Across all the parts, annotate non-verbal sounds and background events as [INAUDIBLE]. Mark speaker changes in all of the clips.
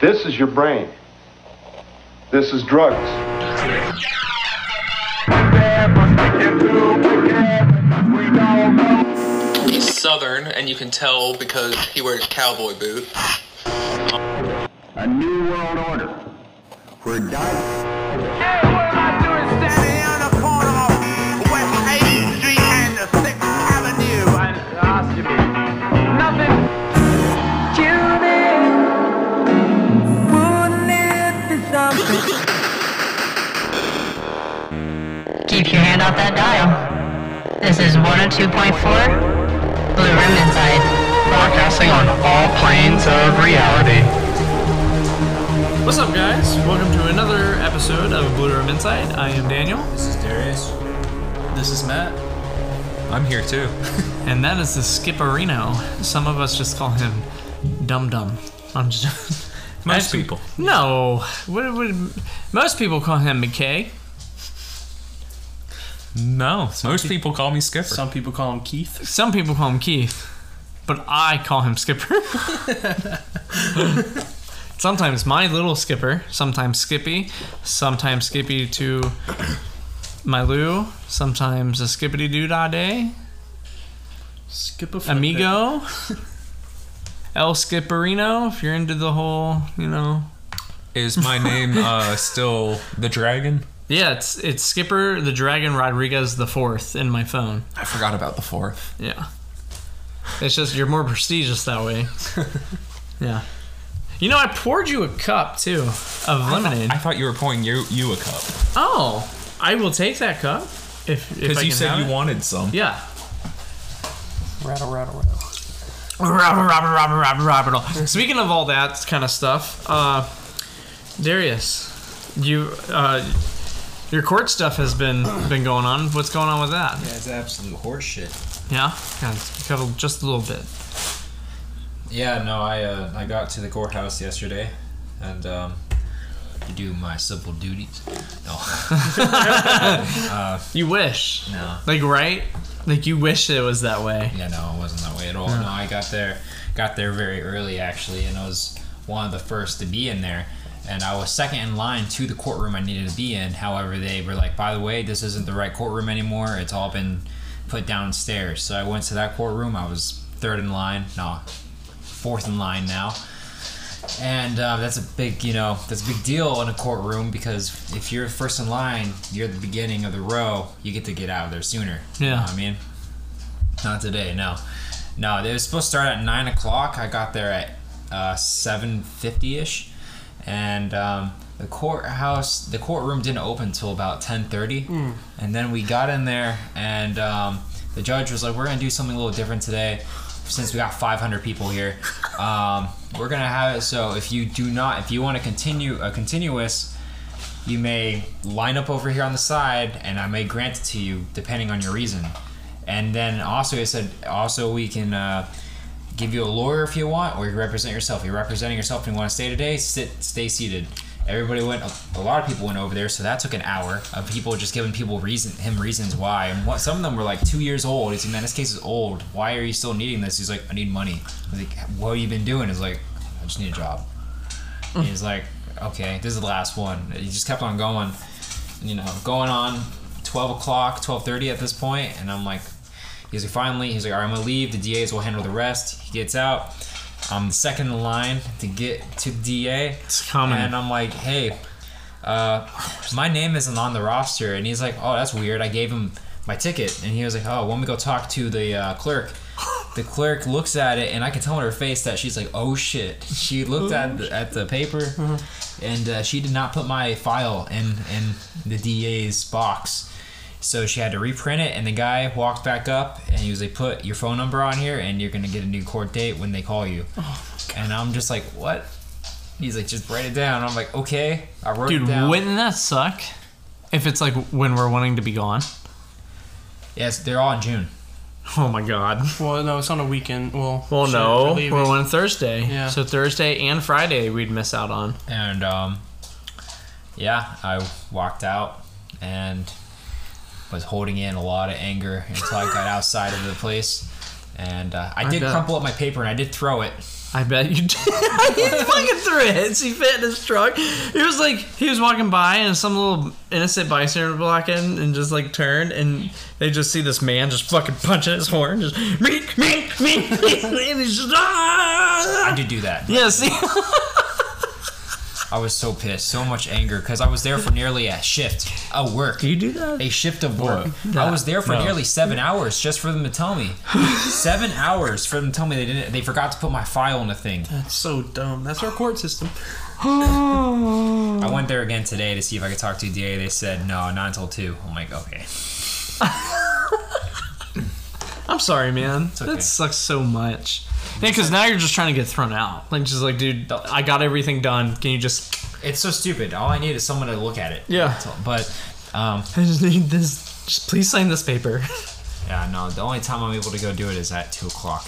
Speaker 1: This is your brain. This is drugs.
Speaker 2: He's Southern, and you can tell because he wears cowboy boots.
Speaker 3: A new world order. Where diet
Speaker 4: Keep your hand off that dial. This is 102.4 Blue Room Inside.
Speaker 5: Broadcasting on all planes of reality.
Speaker 6: What's up, guys? Welcome to another episode of Blue Room Inside. I am Daniel.
Speaker 7: This is Darius.
Speaker 8: This is Matt.
Speaker 9: I'm here too. [LAUGHS]
Speaker 6: and that is the Skipperino. Some of us just call him Dum Dum. I'm just.
Speaker 9: Most people.
Speaker 6: No. What would most people call him McKay?
Speaker 9: No, most pe- people call me Skipper.
Speaker 8: Some people call him Keith.
Speaker 6: Some people call him Keith, but I call him Skipper. [LAUGHS] sometimes my little Skipper, sometimes Skippy, sometimes Skippy to my Lou, sometimes a Skippity Doo Dah Day,
Speaker 8: Skip a foot
Speaker 6: Amigo, El Skipperino, if you're into the whole, you know.
Speaker 9: Is my name uh, still the Dragon?
Speaker 6: Yeah, it's it's Skipper the Dragon Rodriguez the Fourth in my phone.
Speaker 9: I forgot about the fourth.
Speaker 6: Yeah. It's just you're more prestigious
Speaker 9: [LAUGHS]
Speaker 6: that way. yeah. You know, I poured you a cup too of lemonade.
Speaker 9: I thought you were pouring you you a cup
Speaker 6: oh, I will take that cup if if I
Speaker 9: because you
Speaker 6: can have
Speaker 9: said you
Speaker 6: it.
Speaker 9: wanted some.
Speaker 6: Yeah.
Speaker 8: Rattle, rattle, rattle.
Speaker 6: Robert, Robert, Robert, Robert, Robert. Speaking of all that kind of stuff, uh, Darius, you uh, your court stuff has been been going on. What's going on with that?
Speaker 7: Yeah, it's absolute horseshit.
Speaker 6: Yeah, God, it's covered just a little bit.
Speaker 7: Yeah, no, I uh, I got to the courthouse yesterday, and um, to do my civil duties. No, [LAUGHS]
Speaker 6: You wish.
Speaker 7: no,
Speaker 6: Like right? Like you wish it was that way.
Speaker 7: yeah, no, it wasn't that way at all. No, I got there, got there very early actually, and I was one of the first to be in there. And I was second in line to the courtroom I needed to be in. However, they were like, by the way, this isn't the right courtroom anymore. It's all been put downstairs. So I went to that courtroom. I was third in line. No, fourth in line now. And uh, that's a big, you know, that's a big deal in a courtroom because if you're first in line, you're at the beginning of the row, you get to get out of there sooner. You know
Speaker 6: Yeah.
Speaker 7: what I mean? Not today, no. No, it was supposed to start at 9 o'clock. I got there at uh, 7.50ish. And um, the courthouse, the courtroom didn't open until about 10.30. And then we got in there and um, the judge was like, we're going to do something a little different today since we got 500 people here, um, we're gonna have it. So if you do not, if you want to continue a continuous, you may line up over here on the side, and I may grant it to you depending on your reason. And then also it said also we can uh, give you a lawyer if you want, or you represent yourself. If you're representing yourself and you want to stay today, sit, stay seated. Everybody went. A lot of people went over there, so that took an hour of people just giving people reason, him reasons why, and what some of them were like two years old. He's like, man, this case is old. Why are you still needing this? He's like, I need money. I was like, what have you been doing? He's like, I just need a job. And he's like, okay, this is the last one. He just kept on going, you know, going on 12 o'clock, 12.30 at this point. And I'm like, he's like, finally, he's like, all right, I'm going to leave. The DAs will handle the rest. He gets out. I'm second in line to get to the DA.
Speaker 6: It's coming.
Speaker 7: And I'm like, hey, uh, my name isn't on the roster. And he's like, oh, that's weird. I gave him my ticket. And he was like, oh, when we go talk to the uh, clerk. The clerk looks at it, and I can tell in her face that she's like, "Oh shit!" She looked at the, at the paper, and uh, she did not put my file in in the DA's box. So she had to reprint it, and the guy walked back up, and he was like, "Put your phone number on here, and you're gonna get a new court date when they call you." and I'm just like, "What?" He's like, "Just write it down." I'm like, "Okay." I wrote it
Speaker 6: Dude,
Speaker 7: down.
Speaker 6: wouldn't that suck? If it's like when we're wanting to be gone. [LAUGHS]
Speaker 7: yes, they're all in June.
Speaker 6: Oh my god.
Speaker 8: Well, no, Oh, it's on a weekend. Well,
Speaker 6: Well,
Speaker 8: shit, we're
Speaker 6: no,
Speaker 8: leaving.
Speaker 6: we're on Thursday.
Speaker 8: Yeah.
Speaker 6: So Thursday and Friday we'd miss out on.
Speaker 7: and um, yeah, I walked out and was holding in a lot of anger until I got outside of the place. And uh, I did
Speaker 6: bet.
Speaker 7: crumple up my paper and I did throw it.
Speaker 6: I bet you did. [LAUGHS] he fucking threw a hissy fit in his truck. He was like, he was walking by and some little innocent bystander blocking and just like turned and they just see this man just fucking punching his horn, just meek, meek, meek, meek, and he's just
Speaker 7: I
Speaker 6: ah. [LAUGHS]
Speaker 7: did do that.
Speaker 6: Yeah, see,
Speaker 7: I was so pissed, so much anger, because I was there for nearly a shift of work.
Speaker 6: you do that?
Speaker 7: a shift of work. I was there for nearly seven hours just for them to tell me. seven hours for them to tell me they didn't. They forgot to put my file in the thing.
Speaker 8: That's so dumb. That's our court system.
Speaker 7: I went there again today to see if I could talk to DA. They said no, not until two. I'm like, okay.
Speaker 6: I'm sorry, man.
Speaker 7: okay.
Speaker 6: That sucks so much. Yeah, because now you're just trying to get thrown out. Like, just like, dude, I got everything done. Can you just?
Speaker 7: It's so stupid. All I need is someone to look at it.
Speaker 6: Yeah.
Speaker 7: That's all. But, um,
Speaker 6: I just need this. Just please sign this paper. [LAUGHS]
Speaker 7: yeah, no. The only time I'm able to go do it is at two o'clock.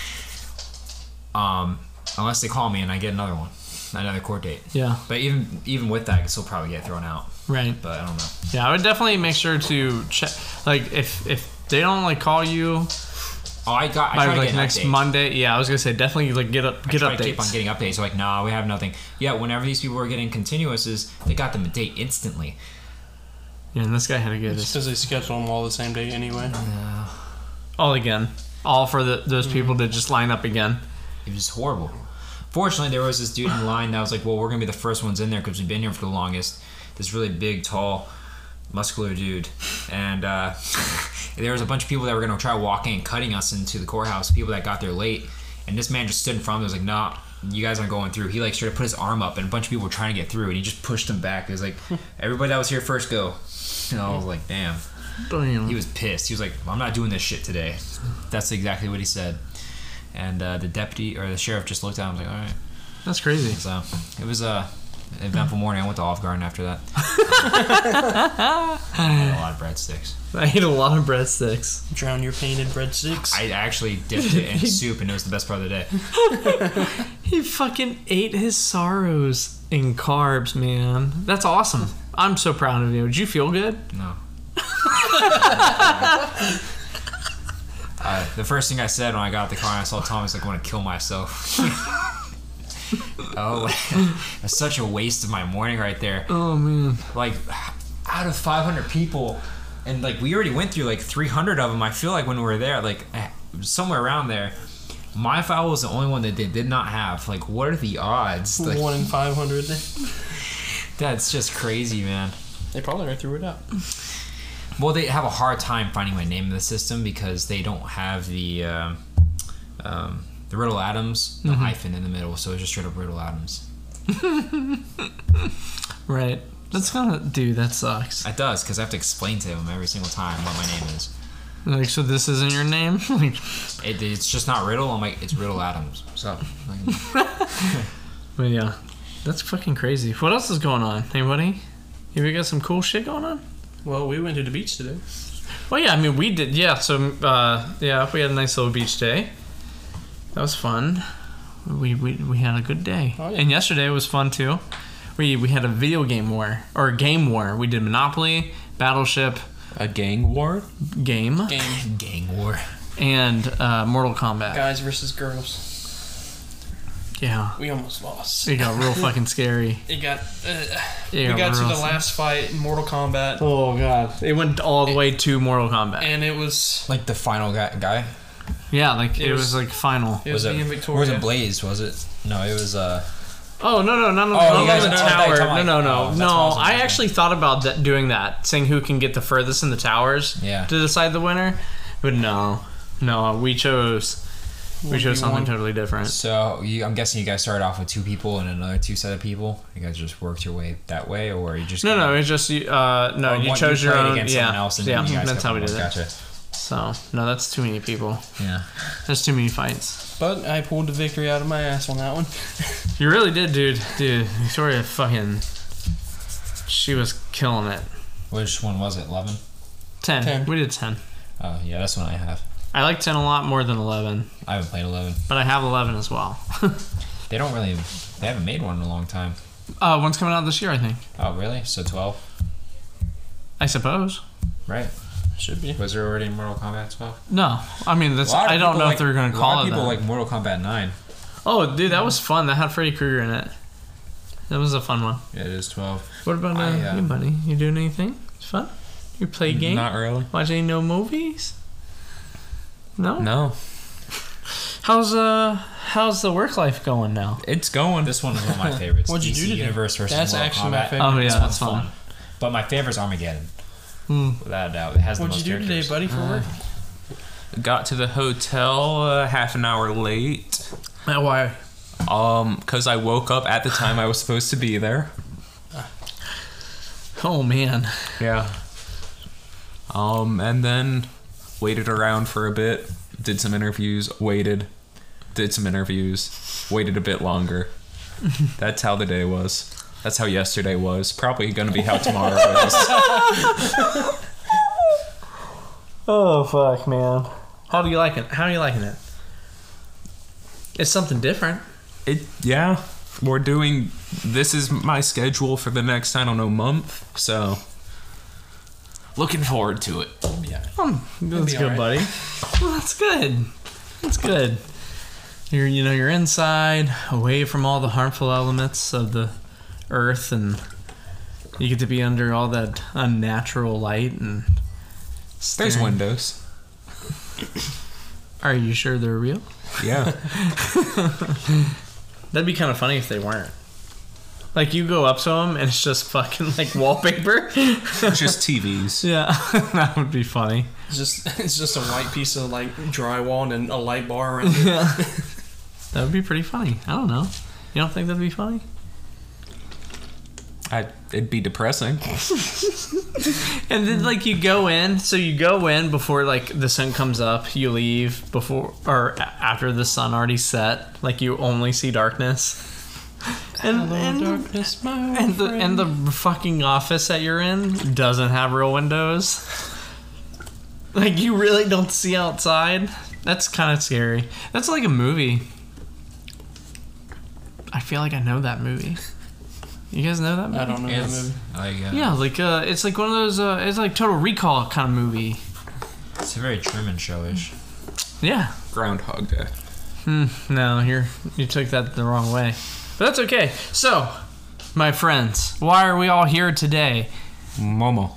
Speaker 7: [LAUGHS] um, unless they call me and I get another one, another court date.
Speaker 6: Yeah.
Speaker 7: But even even with that, I could still probably get thrown out.
Speaker 6: Right.
Speaker 7: But I don't know.
Speaker 6: Yeah, I would definitely make sure to check. Like, if if they don't like call you
Speaker 7: Oh, I got. I
Speaker 6: by
Speaker 7: tried to
Speaker 6: like
Speaker 7: get an
Speaker 6: next
Speaker 7: update.
Speaker 6: Monday, yeah, I was gonna say definitely like get up, get
Speaker 7: try to keep on
Speaker 6: updates.
Speaker 7: getting updates. They're like, nah, we have nothing. Yeah, whenever these people were getting continuouses, they got them a date instantly.
Speaker 6: Yeah, and this guy had to get
Speaker 8: Just
Speaker 6: his
Speaker 8: because they schedule them all the same day anyway.
Speaker 6: all again, all for the, those
Speaker 7: Mm-hmm.
Speaker 6: people to just line up again.
Speaker 7: It was horrible. Fortunately, there was this dude in line that was like, well, we're gonna be the first ones in there because we've been here for the longest. This really big, tall, muscular dude, and uh, [LAUGHS] there was a bunch of people that were gonna try walking and cutting us into the courthouse. People that got there late, and this man just stood in front of them. and Was like, nah, you guys aren't going through. He like straight up put his arm up, and a bunch of people were trying to get through, and he just pushed them back. It was like, everybody that was here first go. And I was like, damn. He
Speaker 6: Damn.
Speaker 7: was pissed. He was like, "I'm not doing this shit today." That's exactly what he said. And uh, the deputy or the sheriff just looked at him. and was like, "All right."
Speaker 6: That's crazy.
Speaker 7: So it was a eventful morning. I went to Olive Garden after that. I had a lot of breadsticks.
Speaker 6: I ate a lot of breadsticks.
Speaker 8: Drown your pain in breadsticks.
Speaker 7: I actually dipped it in soup, and it was the best part of the day.
Speaker 6: He fucking ate his sorrows in carbs, man. That's awesome. I'm so proud of you. Did you feel good? [LAUGHS]
Speaker 7: No. uh, the first thing I said when I got out the car and I saw Tom was like, I want to kill myself. [LAUGHS] oh, [LAUGHS] that's such a waste of my morning right there.
Speaker 6: Oh man.
Speaker 7: like out of 500 people and like we already went through like 300 of them i feel like when we were there like eh, somewhere around there my file was the only one that they did not have like what are the odds like,
Speaker 8: One in five hundred.
Speaker 7: that's just crazy man
Speaker 8: They probably already threw it out.
Speaker 7: well they have a hard time finding my name in the system because they don't have the um, um, the riddle adams the hyphen in the middle so it's just straight up riddle adams
Speaker 6: Right. That's gonna dude, that sucks.
Speaker 7: it does because i have to explain to them every single time what my name is
Speaker 6: Like so this isn't your name? [LAUGHS] like
Speaker 7: it, it's just not riddle i'm like it's riddle adams so like,
Speaker 6: But yeah, that's fucking crazy. What else is going on? Anybody? Have we got some cool shit going on?
Speaker 8: Well, we went to the beach today.
Speaker 6: Well, yeah, I mean, we did. Yeah, so uh, yeah, we had a nice little beach day. That was fun. We we, we had a good day.
Speaker 8: Oh, yeah.
Speaker 6: And yesterday was fun too. We we had a video game war or a game war. We did Monopoly, Battleship,
Speaker 5: A gang war?
Speaker 6: game,
Speaker 8: Game
Speaker 7: [LAUGHS] gang war
Speaker 6: and uh, Mortal Kombat.
Speaker 8: guys versus girls.
Speaker 6: Yeah,
Speaker 8: We almost lost.
Speaker 6: it got
Speaker 8: [LAUGHS]
Speaker 6: real fucking scary.
Speaker 8: It got. Uh,
Speaker 6: It
Speaker 8: we got to
Speaker 6: real-
Speaker 8: the last fight in Mortal Kombat,
Speaker 6: Oh god, it went all the way to Mortal Kombat.
Speaker 8: and it was
Speaker 7: like the final guy. guy?
Speaker 6: Yeah, like it,
Speaker 8: It
Speaker 6: was,
Speaker 8: was-
Speaker 6: like final.
Speaker 8: it was, me and
Speaker 7: or was
Speaker 8: Victoria.
Speaker 7: it Blaze? Was it? No, it was. Uh,
Speaker 6: Oh no no no no
Speaker 7: Oh,
Speaker 6: no
Speaker 7: you guys
Speaker 6: no
Speaker 7: are
Speaker 6: no
Speaker 7: talking-
Speaker 6: tower
Speaker 7: talking
Speaker 6: no
Speaker 7: like-
Speaker 6: no
Speaker 7: oh,
Speaker 6: no
Speaker 7: that's
Speaker 6: no
Speaker 7: awesome.
Speaker 6: I actually thought about that, doing that saying who can get the furthest in the towers
Speaker 7: Yeah.
Speaker 6: to decide the winner but no no we chose we
Speaker 8: do you
Speaker 6: chose something
Speaker 8: want?
Speaker 6: totally different
Speaker 7: so you, I'm guessing you guys started off with two people and another two set of people. You guys just worked your way that way, or you just
Speaker 6: no no it's just you uh no
Speaker 7: or
Speaker 6: you
Speaker 7: one-
Speaker 6: chose your
Speaker 7: played
Speaker 6: own
Speaker 7: against
Speaker 6: yeah
Speaker 7: someone else and
Speaker 6: yeah
Speaker 7: you guys
Speaker 6: that's
Speaker 7: got
Speaker 6: how we
Speaker 7: one.
Speaker 6: did it
Speaker 7: Gotcha.
Speaker 6: so no that's too many people
Speaker 7: Yeah.
Speaker 6: that's too many fights
Speaker 8: But I pulled the victory out of my ass on that one. [LAUGHS]
Speaker 6: you really did dude dude Victoria fucking she was killing it
Speaker 7: Which one was it? Eleven.
Speaker 6: ten,
Speaker 8: Ten.
Speaker 6: we did ten
Speaker 7: Oh yeah, that's one I have.
Speaker 6: I like ten a lot more than eleven
Speaker 7: I haven't played eleven.
Speaker 6: but I have eleven as well. [LAUGHS]
Speaker 7: They don't really. They haven't made one in a long time.
Speaker 6: Uh, one's coming out this year, I think.
Speaker 7: Oh really? So twelve.
Speaker 6: I suppose.
Speaker 7: Right.
Speaker 8: Should be.
Speaker 7: Was there already Mortal Kombat twelve?
Speaker 6: No, I mean that's. I don't know if they're going to
Speaker 7: A lot
Speaker 6: call
Speaker 7: of
Speaker 6: it
Speaker 7: people
Speaker 6: that.
Speaker 7: like Mortal Kombat nine.
Speaker 6: Oh, dude, that was fun. That had Freddy Krueger in it. That was a fun one.
Speaker 10: Yeah, it is twelve.
Speaker 6: What about uh,
Speaker 10: I, uh,
Speaker 6: you, buddy? You doing anything? It's fun. You play games?
Speaker 7: Not really.
Speaker 6: Watch any no movies? No.
Speaker 7: No,
Speaker 6: How's uh How's the work life going now?
Speaker 7: it's going.
Speaker 10: This one was one of my favorites.
Speaker 8: What'd you
Speaker 10: DC
Speaker 8: do today?
Speaker 10: Universe versus
Speaker 8: That's
Speaker 10: Mortal
Speaker 8: actually my
Speaker 10: Kombat.
Speaker 8: favorite.
Speaker 6: Oh yeah,
Speaker 10: This
Speaker 6: that's
Speaker 10: one's
Speaker 6: fun.
Speaker 10: fun. But my favorite's Armageddon.
Speaker 6: Hmm.
Speaker 10: Without a doubt, it has
Speaker 8: What'd
Speaker 10: the most
Speaker 8: you do today,
Speaker 10: characters.
Speaker 8: buddy, for work?
Speaker 7: Got to the hotel uh, half an hour late.
Speaker 6: Uh, Why?
Speaker 7: Um, cause I woke up at the time I was supposed to be there.
Speaker 6: Oh man.
Speaker 7: Yeah. Um, and then waited around for a bit, did some interviews, waited, did some interviews, waited a bit longer. That's how the day was. That's how yesterday was. Probably gonna be how tomorrow is.
Speaker 6: Oh fuck, man. How do you like it? How are you liking it? It's something different.
Speaker 7: It, yeah, we're doing. This is my schedule for the next I don't know month. So, looking forward to it.
Speaker 6: That's good, buddy. Well, that's good. That's good. You're you know you're inside, away from all the harmful elements of the earth, and you get to be under all that unnatural light. And
Speaker 7: There's
Speaker 6: staring-
Speaker 7: windows.
Speaker 6: Are you sure they're real?
Speaker 7: Yeah.
Speaker 6: That'd be kind of funny if they weren't. Like you go up to them and it's just fucking like [LAUGHS] wallpaper.
Speaker 7: Just
Speaker 6: [LAUGHS]
Speaker 7: TVs.
Speaker 6: yeah, that would be funny.
Speaker 8: It's just [LAUGHS] it's just a white piece of like drywall and then a light bar around it. [LAUGHS]
Speaker 6: That would be pretty funny. I don't know. You don't think that'd be funny?
Speaker 7: I, it'd be depressing.
Speaker 6: And then like you go in, so you go in before like the sun comes up. You leave before or a- after the sun already set. Like you only see darkness. And and,
Speaker 8: darkness, my
Speaker 6: and the and the fucking office that you're in doesn't have real windows. Like you really don't see outside. That's kind of scary. That's like a movie. I feel like I know that movie. You guys know that movie?
Speaker 8: I don't know that
Speaker 10: It's-
Speaker 8: movie.
Speaker 10: like, uh,
Speaker 6: Yeah, like uh, it's like one of those. Uh, it's like Total Recall kind of movie.
Speaker 10: It's a very Truman Showish.
Speaker 6: Yeah.
Speaker 7: Groundhog Day.
Speaker 6: Hmm. No, you're you took that the wrong way, but that's okay. So, my friends, why are we all here today?
Speaker 7: Momo.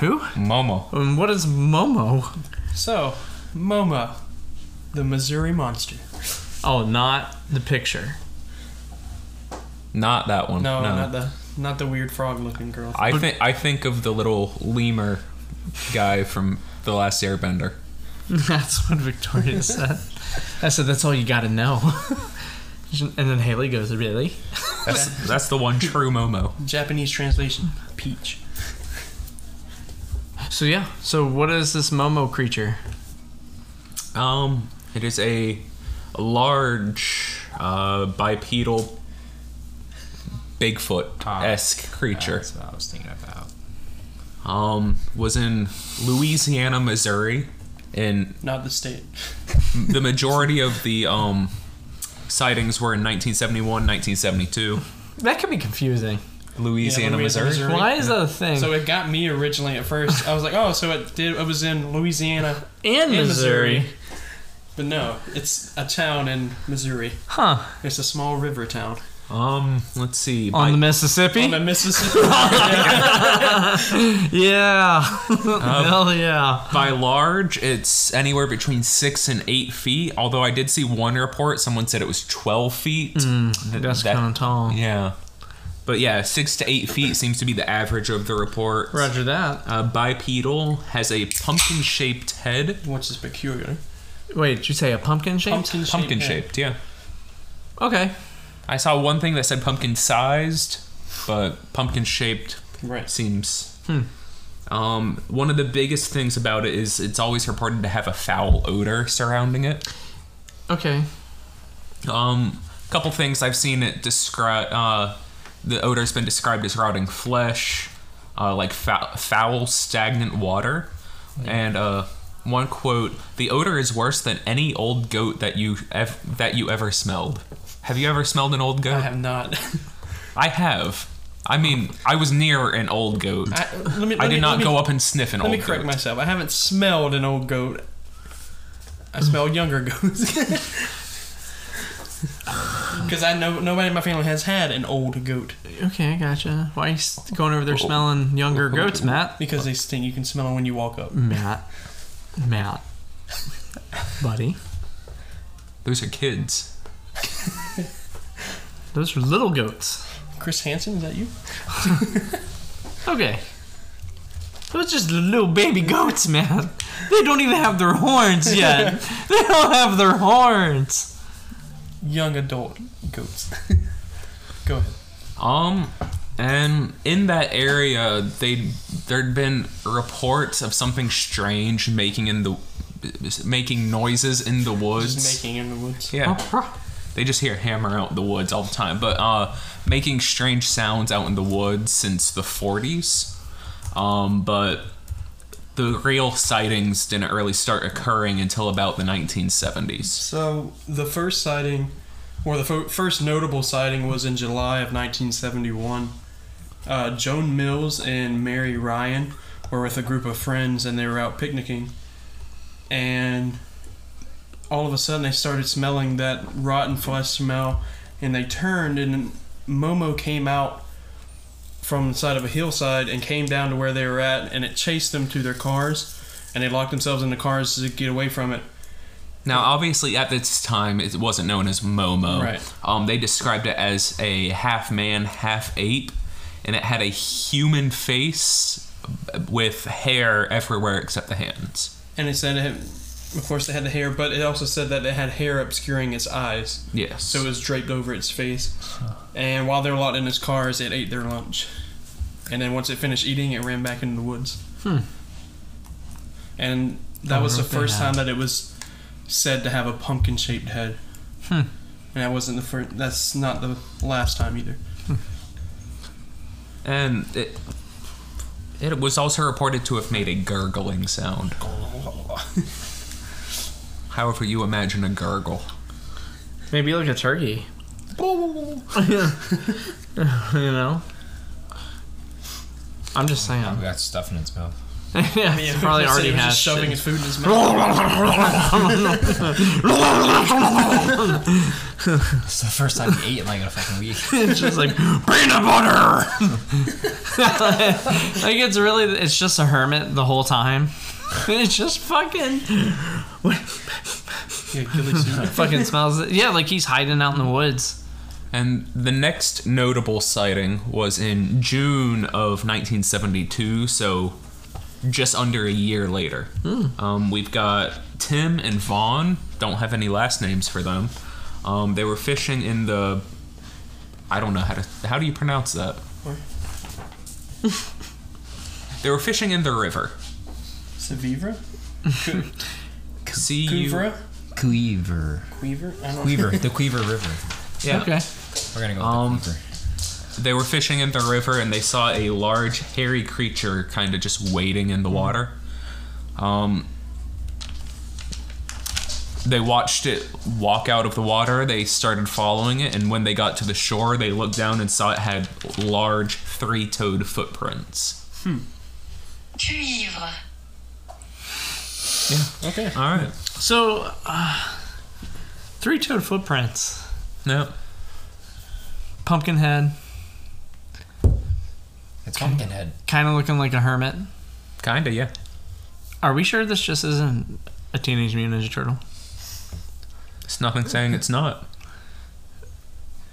Speaker 6: Who?
Speaker 7: Momo.
Speaker 6: Um, what is Momo?
Speaker 8: So, Momo, the Missouri Monster.
Speaker 6: Oh, not the picture.
Speaker 7: Not that one.
Speaker 8: No,
Speaker 7: No,
Speaker 8: not the not the weird frog looking girl.
Speaker 7: I think I think of the little lemur guy from the last Airbender.
Speaker 6: [LAUGHS] that's what Victoria said. I said that's all you got to know. [LAUGHS] and then Haley goes, really?
Speaker 7: That's that's the one true Momo.
Speaker 8: Japanese translation, Peach.
Speaker 6: So yeah. So what is this Momo creature?
Speaker 7: Um, it is a large uh, bipedal Bigfoot esque
Speaker 8: Ah.
Speaker 7: creature.
Speaker 10: That's what I was thinking about.
Speaker 7: Um, was in Louisiana, Missouri, and
Speaker 8: Not the state.
Speaker 7: the majority of the um sightings were in 1971, 1972.
Speaker 6: That could be confusing.
Speaker 7: Louisiana,
Speaker 8: Yeah, Louisiana,
Speaker 7: Missouri.
Speaker 8: Missouri.
Speaker 6: Why is that a thing?
Speaker 8: So it got me originally at first. I was like, oh, so it did. It was in Louisiana
Speaker 6: in
Speaker 8: and
Speaker 6: Missouri.
Speaker 8: Missouri. But no, it's a town in Missouri.
Speaker 6: Huh.
Speaker 8: It's a small river town
Speaker 7: Um, let's see.
Speaker 6: On the
Speaker 7: Bi-
Speaker 6: Mississippi?
Speaker 8: on the Mississippi.
Speaker 6: yeah. [LAUGHS]
Speaker 7: Um,
Speaker 6: Hell yeah.
Speaker 7: By large, it's anywhere between six and eight feet. Although I did see one report, someone said it was twelve feet.
Speaker 10: Hmm.
Speaker 7: Th-
Speaker 6: That's
Speaker 7: that-
Speaker 6: kind of tall.
Speaker 7: yeah. But yeah, six to eight feet seems to be the average of the report.
Speaker 6: Roger that.
Speaker 7: Uh, bipedal has a pumpkin-shaped head.
Speaker 8: which is peculiar.
Speaker 6: Wait, did you say a pumpkin shape?
Speaker 8: Pumpkin,
Speaker 7: Pumpkin-shaped, yeah.
Speaker 6: Okay.
Speaker 7: I saw one thing that said pumpkin-sized, but pumpkin-shaped
Speaker 8: Right.
Speaker 7: seems. Um, one of the biggest things about it is it's always reported to have a foul odor surrounding it.
Speaker 6: Okay.
Speaker 7: Um, a couple things I've seen it describe. Uh, the odor's been described as rotting flesh, uh, like fou- foul, stagnant water, and uh, one quote: "The odor is worse than any old goat that you ev- that you ever smelled." Have you ever smelled an old goat?
Speaker 8: I have not. [LAUGHS]
Speaker 7: I have. I mean, I was near an old goat.
Speaker 8: I,
Speaker 7: I,
Speaker 8: let me, let
Speaker 7: did
Speaker 8: me-
Speaker 7: not
Speaker 8: let me-
Speaker 7: go up and sniff an
Speaker 8: Let
Speaker 7: old
Speaker 8: me correct
Speaker 7: goat.
Speaker 8: myself. I haven't smelled
Speaker 11: [LAUGHS]
Speaker 8: an
Speaker 6: [LAUGHS]
Speaker 8: old goat. I smell younger goats.
Speaker 6: Because I know nobody in my family has had an old goat
Speaker 11: Okay, I gotcha. Why are you s- going over there smelling younger goats, Matt?
Speaker 6: because they stink. You can smell them when you walk up.
Speaker 11: Matt.
Speaker 6: [LAUGHS]
Speaker 11: Matt. Buddy.
Speaker 9: Those are kids.
Speaker 11: Those are little goats.
Speaker 6: Chris Hansen, is that you?
Speaker 11: [LAUGHS] Okay. Those are just little baby goats, man. They don't even have their horns
Speaker 6: [LAUGHS]
Speaker 11: yet. they don't have their horns.
Speaker 6: Young adult goats. Go ahead.
Speaker 9: Um, and in that area, they there'd been reports of something strange making in the making noises in the woods.
Speaker 6: Just making in the woods.
Speaker 9: yeah. They just hear hammer out in the woods all the time, but uh, making strange sounds out in the woods since the 40s. Um, but the real sightings didn't really start occurring until about the 1970s.
Speaker 6: So the first sighting, or the fo- first notable sighting, was in July of 1971. Uh, Joan Mills and Mary Ryan were with a group of friends, and they were out picnicking. And all of a sudden, they started smelling that rotten flesh smell, and they turned, and Momo came out from the side of a hillside and came down to where they were at, and it chased them to their cars, and they locked themselves in the cars to get away from it.
Speaker 9: Now, obviously, at this time, it wasn't known as Momo.
Speaker 6: Right.
Speaker 9: Um, they described it as a half man, half ape, and it had a human face with hair everywhere except the hands.
Speaker 6: and it said it had, of course they had the hair but it also said that it had hair obscuring its eyes
Speaker 9: Yes.
Speaker 6: so it was draped over its face and while they were locked in its cars it ate their lunch and then once it finished eating it ran back into the woods and that was the
Speaker 11: if they
Speaker 6: first
Speaker 11: had-
Speaker 6: time that it was said to have a pumpkin shaped head and that wasn't the first that's not the last time either
Speaker 9: Hmm. And it, it was also reported to have made a gurgling sound. However, you imagine a gurgle.
Speaker 11: Maybe like a turkey. you know? I'm just saying.
Speaker 7: We got stuff in its mouth.
Speaker 11: yeah, it probably
Speaker 6: It said
Speaker 11: already
Speaker 6: it was
Speaker 11: has.
Speaker 6: just shoving
Speaker 11: shit.
Speaker 6: its food in his mouth
Speaker 7: It's the first time he ate in like a fucking [LAUGHS] week.
Speaker 11: It's just like [LAUGHS] peanut butter. [LAUGHS] like it's really, it's just a hermit the whole time. [LAUGHS] It's just fucking,
Speaker 6: yeah,
Speaker 11: [LAUGHS]
Speaker 6: Gilly Sue.
Speaker 11: fucking smells. it. Yeah, like he's hiding out in the woods.
Speaker 9: And the next notable sighting was in June of 1972, so just under a year later.
Speaker 7: Hmm.
Speaker 9: Um, we've got Tim and Vaughn, don't have any last names for them. Um, they were fishing in the. I don't know how to. How do you pronounce that? they were fishing in the river.
Speaker 6: Sevivra?
Speaker 9: See you.
Speaker 6: Cuvra?
Speaker 9: [LAUGHS]
Speaker 7: Cleaver.
Speaker 6: Queaver? I don't know.
Speaker 7: Cleaver. The Cleaver River.
Speaker 9: Yeah.
Speaker 11: Okay.
Speaker 7: We're gonna go with
Speaker 9: Um,
Speaker 7: the Cleaver.
Speaker 9: They were fishing in the river and they saw a large, hairy creature kind of just wading in the water. Um, they watched it walk out of the water. They started following it, and when they got to the shore, they looked down and saw it had large, three toed footprints.
Speaker 12: Cuivre.
Speaker 6: Okay.
Speaker 9: All right.
Speaker 11: So, uh, three-toed footprints,
Speaker 9: Yep.
Speaker 11: pumpkin head,
Speaker 7: It's Pumpkinhead.
Speaker 11: kind of looking like a hermit.
Speaker 9: Kind of, yeah.
Speaker 11: Are we sure this just isn't a Teenage Mutant Ninja Turtle?
Speaker 9: It's nothing saying it's not.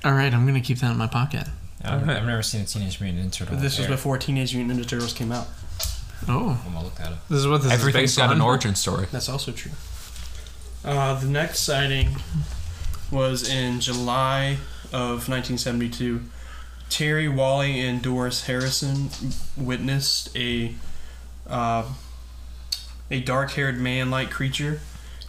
Speaker 11: All right, I'm gonna keep that in my pocket.
Speaker 7: I don't- I've never seen a Teenage Mutant Ninja Turtle.
Speaker 6: But this was
Speaker 7: hair.
Speaker 6: before Teenage Mutant Ninja Turtles came out.
Speaker 11: Oh,
Speaker 7: I'm gonna look that up.
Speaker 11: this is what this is
Speaker 9: Everything's
Speaker 11: based
Speaker 9: got
Speaker 11: on.
Speaker 9: an origin story.
Speaker 6: That's also true. Uh, the next sighting was in July of 1972. Terry Wally and Doris Harrison witnessed a uh, a dark-haired man-like creature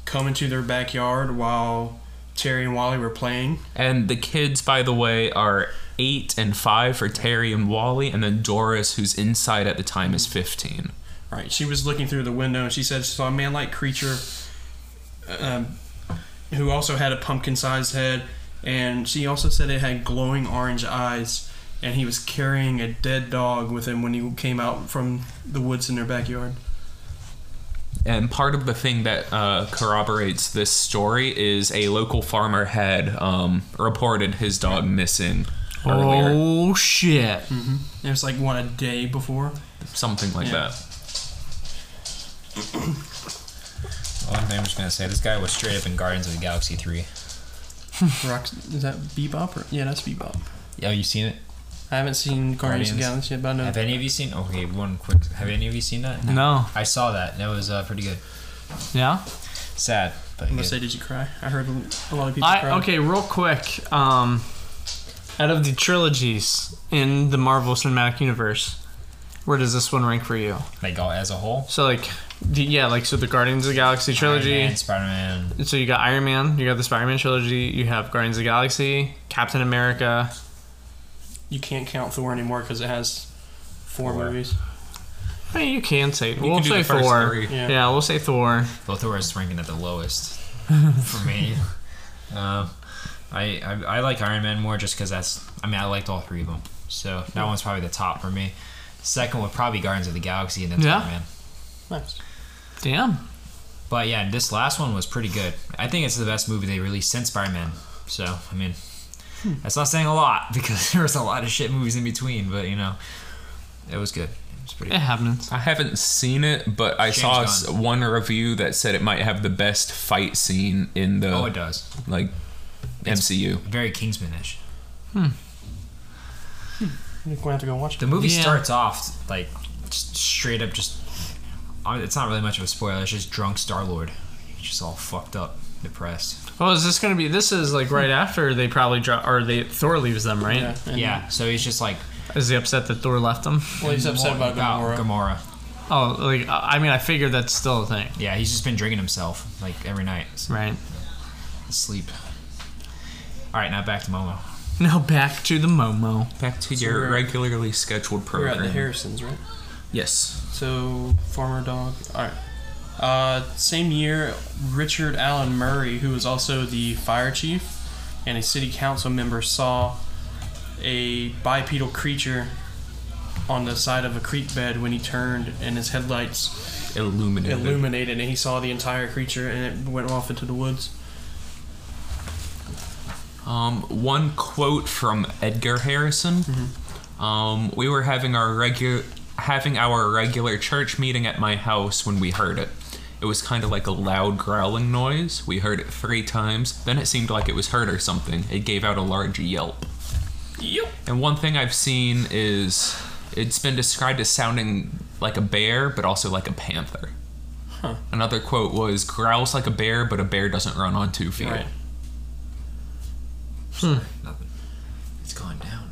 Speaker 6: come into their backyard while Terry and Wally were playing.
Speaker 9: And the kids, by the way, are eight and five for Terry and Wally, and then Doris, who's inside at the time, is 15.
Speaker 6: Right. She was looking through the window and she said she saw a man like creature um, who also had a pumpkin sized head. And she also said it had glowing orange eyes. And he was carrying a dead dog with him when he came out from the woods in their backyard.
Speaker 9: And part of the thing that uh, corroborates this story is a local farmer had um, reported his dog missing earlier,
Speaker 6: Oh shit! Mm-hmm.
Speaker 8: It was like one a day before.
Speaker 9: something like
Speaker 8: Yeah.
Speaker 9: that.
Speaker 7: One thing I'm just gonna say, this guy was straight up in Guardians of the Galaxy three.
Speaker 8: Rock, is that Bebop? Or, yeah, that's Bebop.
Speaker 7: Yeah, you seen it?
Speaker 8: I haven't seen Guardians, of the
Speaker 7: Guardians.
Speaker 8: Galaxy yet, but I know.
Speaker 7: Have any of you seen? Okay, one quick. Have any of you seen that?
Speaker 6: No,
Speaker 7: I saw that. That was uh, pretty good.
Speaker 6: yeah.
Speaker 7: Sad, but
Speaker 8: I'm gonna
Speaker 7: good.
Speaker 8: say, did you cry? I heard a lot of people cry.
Speaker 6: I okay, real quick. Um, out of the trilogies in the Marvel Cinematic Universe, where does this one rank for you?
Speaker 7: like all as a whole.
Speaker 6: So like, the, yeah, like so the Guardians of the Galaxy
Speaker 7: Iron
Speaker 6: trilogy.
Speaker 7: Man, Spider-Man.
Speaker 6: So you got Iron Man, you got the Spider-Man trilogy, you have Guardians of the Galaxy, Captain America.
Speaker 8: You can't count Thor anymore because it has four,
Speaker 7: Four.
Speaker 8: movies.
Speaker 6: I mean, you can say we'll
Speaker 9: can do
Speaker 6: say
Speaker 9: the first
Speaker 6: Thor.
Speaker 9: three.
Speaker 6: Yeah.
Speaker 8: Yeah.
Speaker 6: we'll say Thor.
Speaker 7: Both of us ranking at
Speaker 6: [LAUGHS]
Speaker 7: the lowest for me. um, I, I I like Iron Man more just because that's. I mean, I liked all three of them, so that one's probably the top for me. Second would probably Guardians of the Galaxy, and then
Speaker 6: Yeah.
Speaker 7: Iron Man.
Speaker 8: Nice.
Speaker 6: Damn.
Speaker 7: But yeah, this last one was pretty good. I think it's the best movie they released since Spider Man. So I mean,
Speaker 6: Hmm.
Speaker 7: that's not saying a lot [LAUGHS] because there was a lot of shit movies in between. But you know, it was good. It was pretty.
Speaker 6: It
Speaker 7: Good.
Speaker 6: happens.
Speaker 9: I haven't seen it, but I
Speaker 7: James
Speaker 9: saw
Speaker 7: Gunn.
Speaker 9: s- one review that said it might have the best fight scene in the
Speaker 7: Oh, it does.
Speaker 9: like MCU.
Speaker 7: Very Kingsman-ish.
Speaker 8: We're gonna have to go watch
Speaker 7: The
Speaker 8: it.
Speaker 7: movie
Speaker 6: Yeah.
Speaker 7: starts off like just straight up just. I mean, It's not really much of a spoiler. It's just drunk Star Lord. He's just all fucked up, depressed.
Speaker 6: Oh, is this gonna be? This is like right after they probably drop, or they Thor leaves them, right?
Speaker 8: Yeah. and-
Speaker 7: Yeah. So he's just like
Speaker 6: Is he upset that Thor left them?
Speaker 8: Well, he's upset about Gamora.
Speaker 7: Gamora.
Speaker 6: Oh, like I I mean, I figured that's still a thing,
Speaker 7: Yeah, he's just been drinking himself like every night.
Speaker 6: right?
Speaker 7: Sleep. All right, now back to Momo.
Speaker 6: Now back to the Momo.
Speaker 9: Back to your
Speaker 8: we're-
Speaker 9: regularly scheduled
Speaker 8: We're
Speaker 9: program.
Speaker 8: at the Harrisons, right?
Speaker 9: Yes.
Speaker 8: So former dog. All right. Uh, same year, Richard Allen Murray, who was also the fire chief and a city council member, saw a bipedal creature on the side of a creek bed when he turned, and his headlights
Speaker 9: Illuminated.
Speaker 8: illuminated, and he saw the entire creature, and it went off into the woods.
Speaker 9: Um, one quote from Edgar Harrison. Um, we were having our regular having our regular church meeting at my house when we heard it. It was kind of like a loud growling noise. We heard it three times. Then it seemed like it was hurt or something. It gave out a large yelp.
Speaker 8: Yep.
Speaker 9: And one thing I've seen is it's been described as sounding like a bear, but also like a panther. Another quote was growls like a bear, but a bear doesn't run on two feet. Hmm.
Speaker 8: Right.
Speaker 7: Nothing. It's gone down.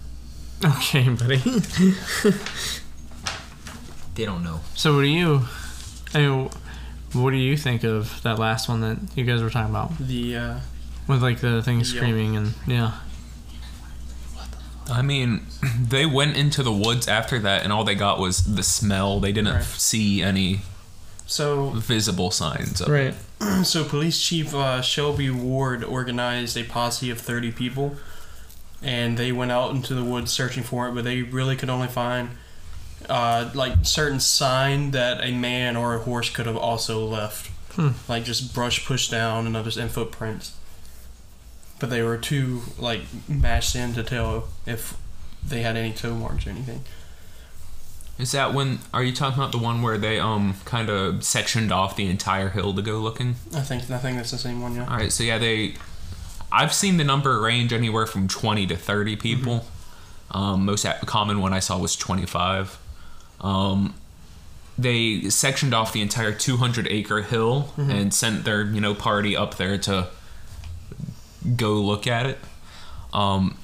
Speaker 6: Okay, buddy.
Speaker 7: They don't know.
Speaker 6: so, what do you? I mean, what do you think of that last one that you guys were talking about
Speaker 8: The uh,
Speaker 6: with like the thing
Speaker 8: Yeah.
Speaker 6: screaming and yeah?
Speaker 9: I mean, [CLEARS THROAT] they went into the woods after that, and all they got was the smell. They didn't
Speaker 8: Right.
Speaker 9: see any
Speaker 8: so
Speaker 9: visible signs of it.
Speaker 6: Right.
Speaker 8: So, police chief uh, Shelby Ward organized a posse of 30 people, and they went out into the woods searching for it, but they really could only find uh, like certain sign that a man or a horse could have also left,
Speaker 6: Hmm.
Speaker 8: like just brush pushed down and others and footprints. But they were too like mashed in to tell if they had any toe marks or anything.
Speaker 9: Is that when? Are you talking about the one where they um kind of sectioned off the entire hill to go looking?
Speaker 8: I think I think that's the same one, yeah.
Speaker 9: All right, so yeah, they. I've seen the number range anywhere from twenty to thirty people. Um, most a- common one I saw was twenty-five. Um, they sectioned off the entire two hundred acre hill and sent their you know party up there to go look at it. Um,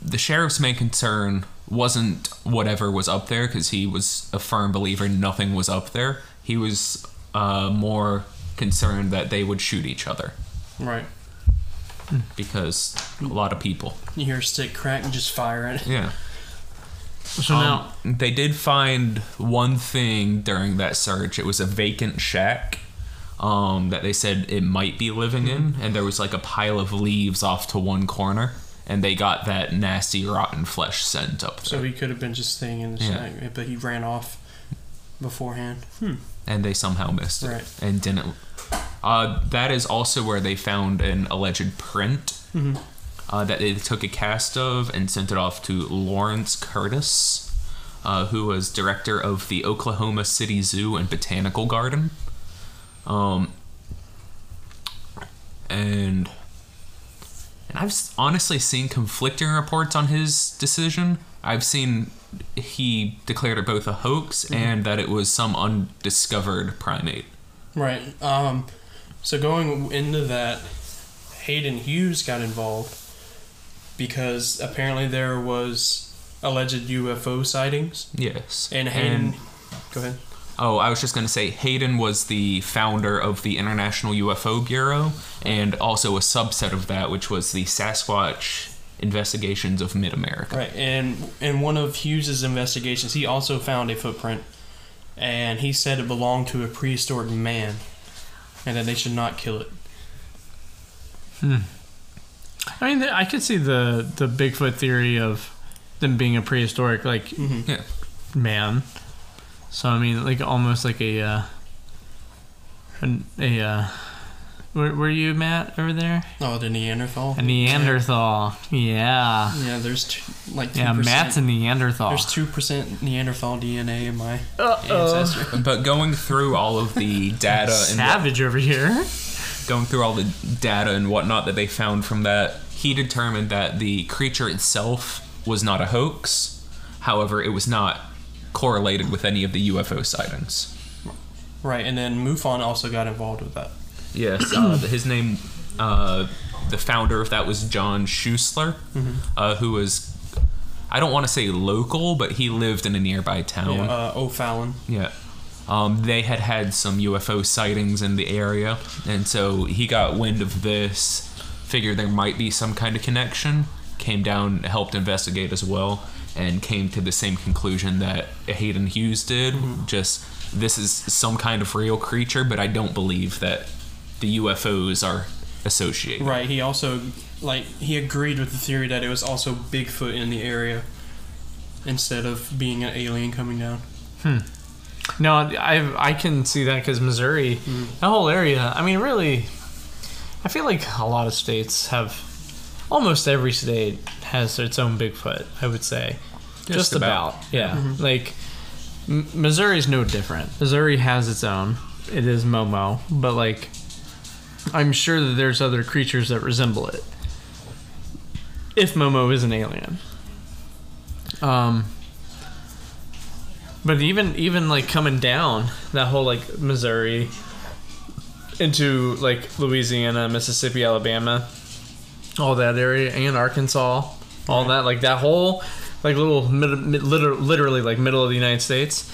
Speaker 9: the sheriff's main concern wasn't whatever was up there because he was a firm believer nothing was up there. He was uh, more concerned that they would shoot each other
Speaker 8: Right.
Speaker 9: because a lot of people.
Speaker 8: You hear a stick crack and just fire it. [LAUGHS] Um,
Speaker 9: Yeah.
Speaker 6: So now,
Speaker 9: They did find one thing during that search. It was a vacant shack um, that they said it might be living in, and there was like a pile of leaves off to one corner, and they got that nasty rotten flesh scent up there.
Speaker 8: So he could have been just staying in the
Speaker 9: Yeah.
Speaker 8: shack, but he ran off beforehand. Hmm.
Speaker 9: and they somehow missed it
Speaker 8: Right.
Speaker 9: and didn't. Uh, that is also where they found an alleged print
Speaker 8: Mm-hmm.
Speaker 9: uh, that they took a cast of and sent it off to Lawrence Curtis, uh, who was director of the Oklahoma City Zoo and Botanical Garden. Um, and and I've s- honestly seen conflicting reports on his decision. I've seen he declared it both a hoax and that it was some undiscovered primate.
Speaker 8: Right. Um, so going into that, Hayden Hughes got involved because apparently there was alleged UFO sightings,
Speaker 9: Yes.
Speaker 8: and Hayden. go ahead.
Speaker 9: oh, I was just going to say Hayden was the founder of the International UFO Bureau and also a subset of that, which was the Sasquatch Investigations of Mid America.
Speaker 8: Right, and in one of Hughes's investigations, he also found a footprint, and he said it belonged to a prehistoric man, and that they should not kill it.
Speaker 6: Hmm. I mean, th- I could see the the Bigfoot theory of them being a prehistoric like
Speaker 8: Mm-hmm.
Speaker 9: Yeah.
Speaker 6: man. So I mean, like almost like a uh, an, a uh, where were you, Matt, over there?
Speaker 8: Oh, the Neanderthal.
Speaker 6: A Neanderthal. Yeah.
Speaker 8: Yeah, there's t- like 2%,
Speaker 6: Yeah, Matt's a Neanderthal.
Speaker 8: There's two percent Neanderthal DNA in my ancestry.
Speaker 9: But Uh, going through all of
Speaker 7: [LAUGHS]
Speaker 9: the data and what-
Speaker 6: Savage over here.
Speaker 9: going through all the data and whatnot that they found from that, he determined that the creature itself was not a hoax. However, it was not correlated with any of the UFO sightings.
Speaker 8: Right, and then MUFON also got involved with that.
Speaker 9: Yes, uh, his name, uh, the founder of that was John Schusler,
Speaker 8: Mm-hmm.
Speaker 9: uh, who was, I don't want to say local, but he lived in a nearby town.
Speaker 8: Yeah, uh, O'Fallon.
Speaker 9: Yeah. Um, they had had some UFO sightings in the area, and so he got wind of this, figured there might be some kind of connection, came down, helped investigate as well, and came to the same conclusion that Hayden Hughes did.
Speaker 8: Mm-hmm.
Speaker 9: Just, this is some kind of real creature, but I don't believe that the UFOs are associated.
Speaker 8: Right, he also like he agreed with the theory that it was also Bigfoot in the area instead of being an alien coming down.
Speaker 6: Hmm. No, I I can see that because Missouri,
Speaker 8: Mm.
Speaker 6: that whole area. I mean, really, I feel like a lot of states have, almost every state has its own Bigfoot. I would say, just, about. Mm-hmm. yeah. Like M- Missouri's no different. Missouri has its own. It is Momo, but like, I'm sure that there's other creatures that resemble it. If Momo is an alien. Um, but even even like coming down that whole like Missouri into like Louisiana, Mississippi, Alabama, all that area and Arkansas, all that like that whole like little mid, mid, liter, literally like middle of the United States.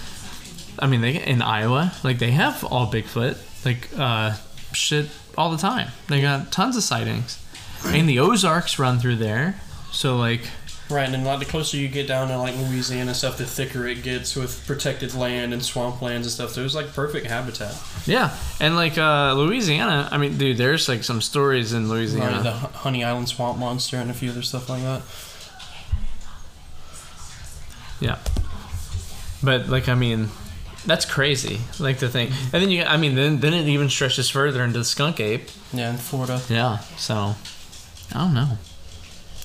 Speaker 6: I mean, they in Iowa, like they have all Bigfoot, like uh, shit all the time. They got tons of sightings. And the Ozarks run through there, so like
Speaker 8: Right, and then like the closer you get down to like Louisiana and stuff, the thicker it gets with protected land and swamplands and stuff. So it was like perfect habitat.
Speaker 6: Yeah, and like uh, Louisiana, I mean, dude, there's like some stories in
Speaker 8: Right,
Speaker 6: Louisiana.
Speaker 8: the Hu- Honey Island swamp monster and a few other stuff like that.
Speaker 6: Yeah, but like, I mean, that's crazy. Like the thing, and then you, I mean, then then it even stretches further into the skunk ape.
Speaker 8: Yeah, in Florida.
Speaker 6: Yeah, so I don't know.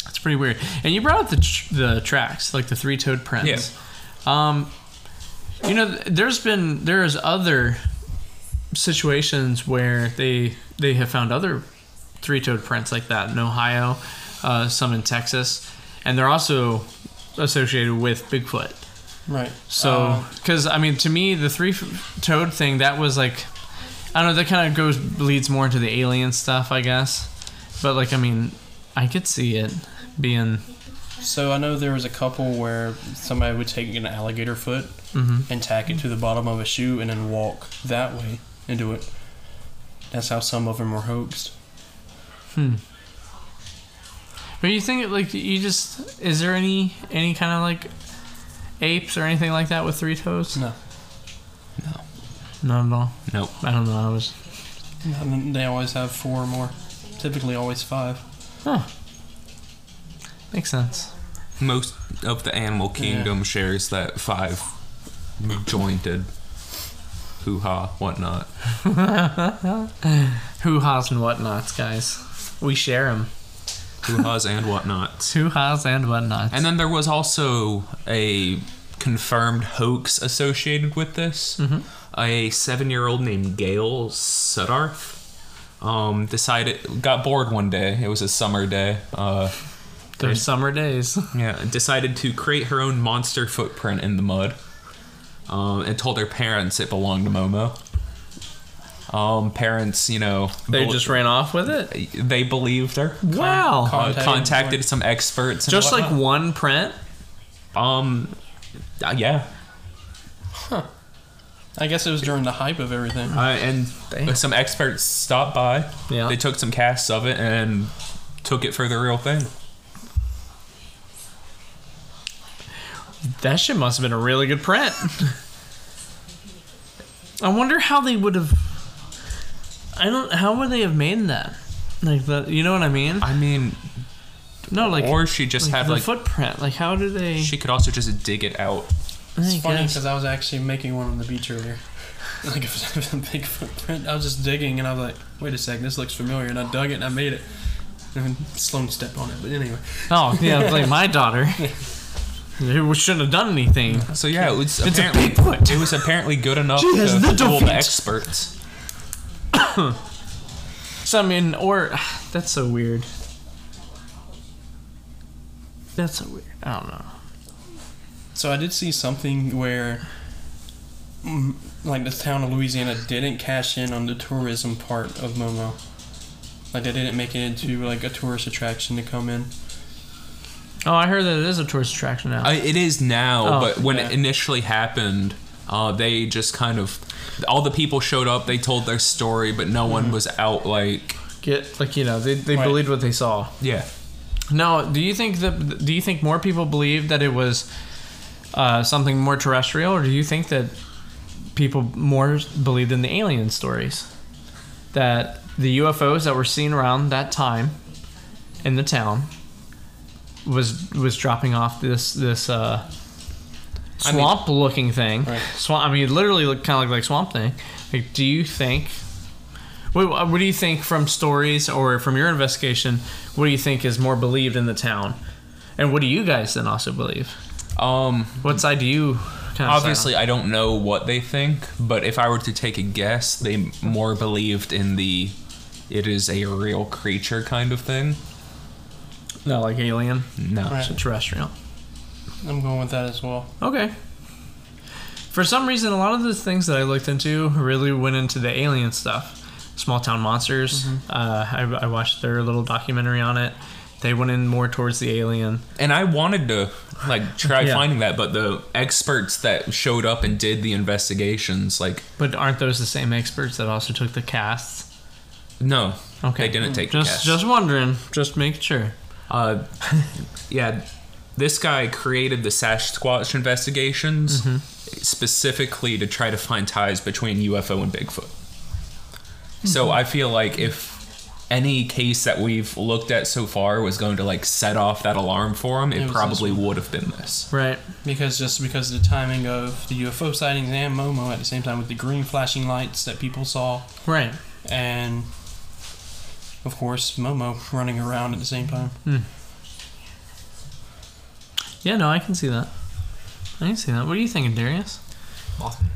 Speaker 6: That's pretty weird. And you brought up the tr- the tracks, like the three toed prints.
Speaker 9: Yeah.
Speaker 6: Um, you know, th- there's been there's other situations where they they have found other three toed prints like that in Ohio, uh, some in Texas, and they're also associated with Bigfoot.
Speaker 8: Right.
Speaker 6: So, because I mean, to me, the three f- toed thing that was like, I don't know, that kind of goes leads more into the alien stuff, I guess. But like, I mean, I could see it being
Speaker 8: So I know there was a couple where somebody would take an alligator foot and tack it to the bottom of a shoe and then walk that way into it. That's how some of them were hoaxed.
Speaker 6: Hmm. But you think like you just is there any any kind of like apes or anything like that with three toes?
Speaker 8: No.
Speaker 6: No. Not at all.
Speaker 9: Nope.
Speaker 6: I don't know. I was
Speaker 8: And They always have four or more. Typically, always five.
Speaker 6: makes sense.
Speaker 9: Most of the animal kingdom shares that five jointed
Speaker 7: hoo ha, whatnot.
Speaker 6: Hoo ha's and whatnots, guys. We share them.
Speaker 7: Hoo ha's and whatnot.
Speaker 6: Hoo ha's and whatnots.
Speaker 7: And then there was also a confirmed hoax associated with this. A seven year old named Gail Sudarth um, decided, got bored one day. It was a summer day. Uh,
Speaker 6: Those summer days.
Speaker 7: yeah, and decided to create her own monster footprint in the mud, um, and told her parents it belonged to Momo. Um, parents, you know,
Speaker 6: [LAUGHS] They
Speaker 7: bel-
Speaker 6: just ran off with it.
Speaker 7: they believed her.
Speaker 6: Wow.
Speaker 7: Uh,
Speaker 8: Contacted-
Speaker 7: contacted some experts. And
Speaker 6: Just like
Speaker 7: whatnot.
Speaker 6: one print.
Speaker 7: um, uh, yeah,
Speaker 8: I guess it was during the hype of everything.
Speaker 7: uh, and
Speaker 6: Dang.
Speaker 7: some experts stopped by.
Speaker 6: Yeah.
Speaker 7: they took some casts of it and took it for the real thing.
Speaker 6: That shit must have been a really good print. I wonder how they would have. I don't. How would they have made that? Like the, you know what I mean?
Speaker 7: I mean,
Speaker 6: No, like
Speaker 7: or she just
Speaker 6: like
Speaker 7: had
Speaker 6: the
Speaker 7: like
Speaker 6: footprint. Like how do they?
Speaker 7: she could also just dig it out.
Speaker 8: It's
Speaker 6: I
Speaker 8: funny
Speaker 6: guess.
Speaker 8: because I was actually making one on the beach earlier. [LAUGHS] Like it was- it was a big footprint. I was just digging and I was like, wait a sec, this looks familiar. And I dug it and I made it. And Sloan stepped on it, but anyway.
Speaker 6: Oh yeah, it's like
Speaker 8: [LAUGHS]
Speaker 6: my daughter. Who shouldn't have done anything.
Speaker 7: So yeah, it was
Speaker 6: It's a
Speaker 7: apparently
Speaker 6: Bigfoot.
Speaker 7: it was
Speaker 6: [LAUGHS]
Speaker 7: apparently good enough
Speaker 6: She
Speaker 7: to
Speaker 6: has little
Speaker 7: fool
Speaker 6: feet.
Speaker 7: the experts.
Speaker 6: [COUGHS] So I mean, or [SIGHS] that's so weird. That's so weird. I don't know.
Speaker 8: So I did see something where, mm, like, the town of Louisiana didn't cash in on the tourism part of Momo. Like, they didn't make it into, like, a tourist attraction to come in.
Speaker 6: Oh, I heard that it is a tourist attraction now.
Speaker 7: Uh, it is now,
Speaker 6: Oh,
Speaker 7: but when
Speaker 8: yeah.
Speaker 7: it initially happened, uh, they just kind of all the people showed up. They told their story, but no one was out. Like
Speaker 6: Get like you know they, they
Speaker 8: Right.
Speaker 6: believed what they saw.
Speaker 7: yeah,
Speaker 6: No, do you think that do you think more people believe that it was uh, something more terrestrial, or do you think that people more believed in the alien stories? That the UFOs that were seen around that time in the town was was dropping off this this uh,
Speaker 7: mean-
Speaker 6: swamp looking thing.
Speaker 8: Right.
Speaker 6: Swamp. I mean, it literally looked kind of like swamp thing. Like, do you think? What, uh, what do you think from stories or from your investigation? What do you think is more believed in the town, and what do you guys then also believe?
Speaker 7: um,
Speaker 6: What side do you? Kind of
Speaker 7: obviously I don't know what they think, but if I were to take a guess, they more believed in the it is a real creature kind of thing.
Speaker 6: no, like alien,
Speaker 7: No,
Speaker 8: Right.
Speaker 6: so terrestrial.
Speaker 8: I'm going with that as well.
Speaker 6: Okay. For some reason, a lot of the things that I looked into really went into the alien stuff. Small town monsters.
Speaker 8: Mm-hmm.
Speaker 6: Uh, I, I watched their little documentary on it. They went in more towards the alien.
Speaker 7: and I wanted to like try
Speaker 6: Yeah.
Speaker 7: finding that, but the experts that showed up and did the investigations, like
Speaker 6: But aren't those the same experts that also took the casts?
Speaker 7: no,
Speaker 6: Okay.
Speaker 7: they didn't take the
Speaker 6: Hmm. Just
Speaker 7: guess.
Speaker 6: just wondering. Just make sure.
Speaker 7: Uh, [LAUGHS] yeah, this guy created the Sasquatch investigations specifically to try to find ties between UFO and Bigfoot. So I feel like if any case that we've looked at so far was going to like set off that alarm for him, it,
Speaker 8: was this
Speaker 7: probably would have been this.
Speaker 6: Right.
Speaker 8: Because just because of the timing of the UFO sightings and Momo at the same time with the green flashing lights that people saw,
Speaker 6: Right.
Speaker 8: and of course Momo running around at the same time.
Speaker 6: Hmm. Yeah, no, I can see that. I can see that. What are you thinking, Darius?
Speaker 13: Mothman.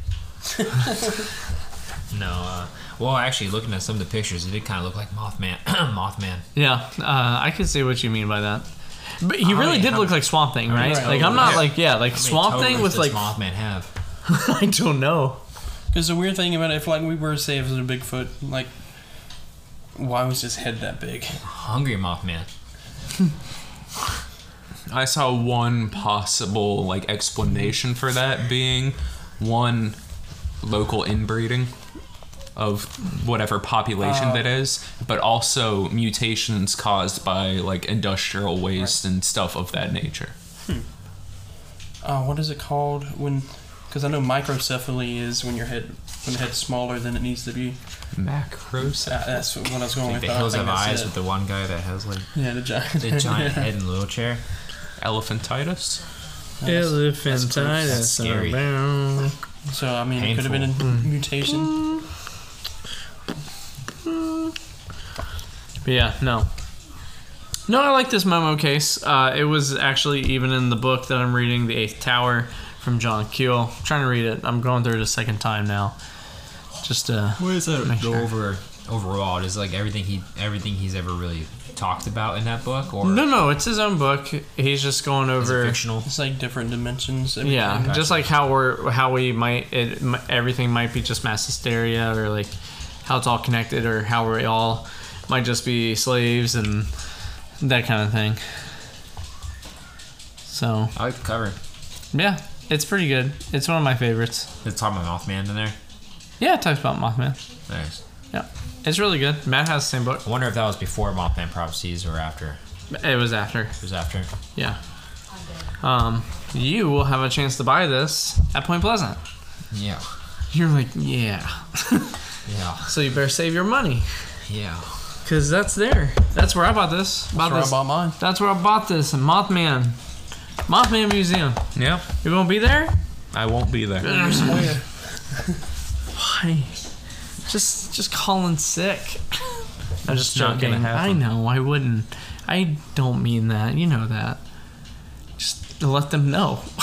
Speaker 13: [LAUGHS] no, uh, well, actually, looking at some of the pictures, it did kind of look like Mothman. [CLEARS THROAT] Mothman.
Speaker 6: Yeah, uh, I can see what you mean by that. But he
Speaker 13: I
Speaker 6: really
Speaker 13: mean,
Speaker 6: did
Speaker 13: how
Speaker 6: look
Speaker 13: many-
Speaker 6: like Swamp Thing, right?
Speaker 13: many
Speaker 6: Like I'm
Speaker 13: toes-
Speaker 6: not
Speaker 13: yeah.
Speaker 6: like yeah, like
Speaker 13: How many
Speaker 6: Swamp
Speaker 13: toes
Speaker 6: Thing with
Speaker 13: does
Speaker 6: like
Speaker 13: Mothman have.
Speaker 7: [LAUGHS]
Speaker 6: I don't know.
Speaker 8: Because the weird thing about it, if like we were to say it was a Bigfoot, like why was his head that big?
Speaker 13: Hungry Mothman.
Speaker 7: [LAUGHS] I saw one possible like explanation for that being one local inbreeding of whatever population that is, but also mutations caused by like industrial waste and stuff of that nature.
Speaker 8: Uh, what is it called when? Because I know microcephaly is when your head when the head's smaller than it needs to be.
Speaker 7: Macros.
Speaker 8: Uh, that's what I was going
Speaker 13: Like
Speaker 8: with.
Speaker 13: the
Speaker 8: but I
Speaker 13: Hills
Speaker 8: think
Speaker 13: Have
Speaker 8: that's
Speaker 13: Eyes
Speaker 8: it.
Speaker 13: with the one guy that has like
Speaker 8: yeah, the giant.
Speaker 13: the giant head in the wheelchair.
Speaker 7: Elephantitis. that's
Speaker 6: Elephantitis
Speaker 7: scary.
Speaker 6: abound.
Speaker 8: So I mean, it could have been a
Speaker 6: Hmm.
Speaker 8: mutation.
Speaker 6: But yeah, no. No, I like this Momo case. Uh, it was actually even in the book that I'm reading, The Eighth Tower from John Keel. I'm trying to read it. I'm going through it a second time now. Just uh,
Speaker 7: What is that?
Speaker 6: Make
Speaker 7: Go
Speaker 6: sure.
Speaker 7: over overall. Is like everything he everything he's ever really talked about in that book, or
Speaker 6: no, no, it's his own book. He's just going
Speaker 7: is it
Speaker 6: over.
Speaker 7: fictional?
Speaker 8: It's like different dimensions. every
Speaker 6: Yeah,
Speaker 8: time.
Speaker 6: just like how we're how we might it, m- everything might be just mass hysteria or like how it's all connected or how we all might just be slaves and that kind of thing. So
Speaker 7: I like the cover.
Speaker 6: Yeah, it's pretty good. It's one of my favorites.
Speaker 7: It's talking about Mothman in there.
Speaker 6: Yeah, it talks about Mothman.
Speaker 7: Nice.
Speaker 6: Yeah, it's really good. Matt has the same book.
Speaker 7: I wonder if that was before Mothman Prophecies or after.
Speaker 6: It was after.
Speaker 7: It was after.
Speaker 6: Yeah. Um, you will have a chance to buy this at Point Pleasant.
Speaker 7: Yeah.
Speaker 6: You're like, yeah.
Speaker 7: Yeah.
Speaker 6: so you better save your money,
Speaker 7: Yeah.
Speaker 6: cause that's there. That's where I bought this. Bought
Speaker 8: That's where I
Speaker 6: this.
Speaker 8: bought mine.
Speaker 6: That's where I bought this. in Mothman. Mothman Museum.
Speaker 9: Yeah,
Speaker 6: You won't be there?
Speaker 9: I won't be there.
Speaker 6: Why? Just just calling sick. I'm just
Speaker 9: It's not
Speaker 6: joking.
Speaker 9: gonna
Speaker 6: I
Speaker 9: happen.
Speaker 6: know. I wouldn't. I don't mean that. You know that. Just let them know. [LAUGHS]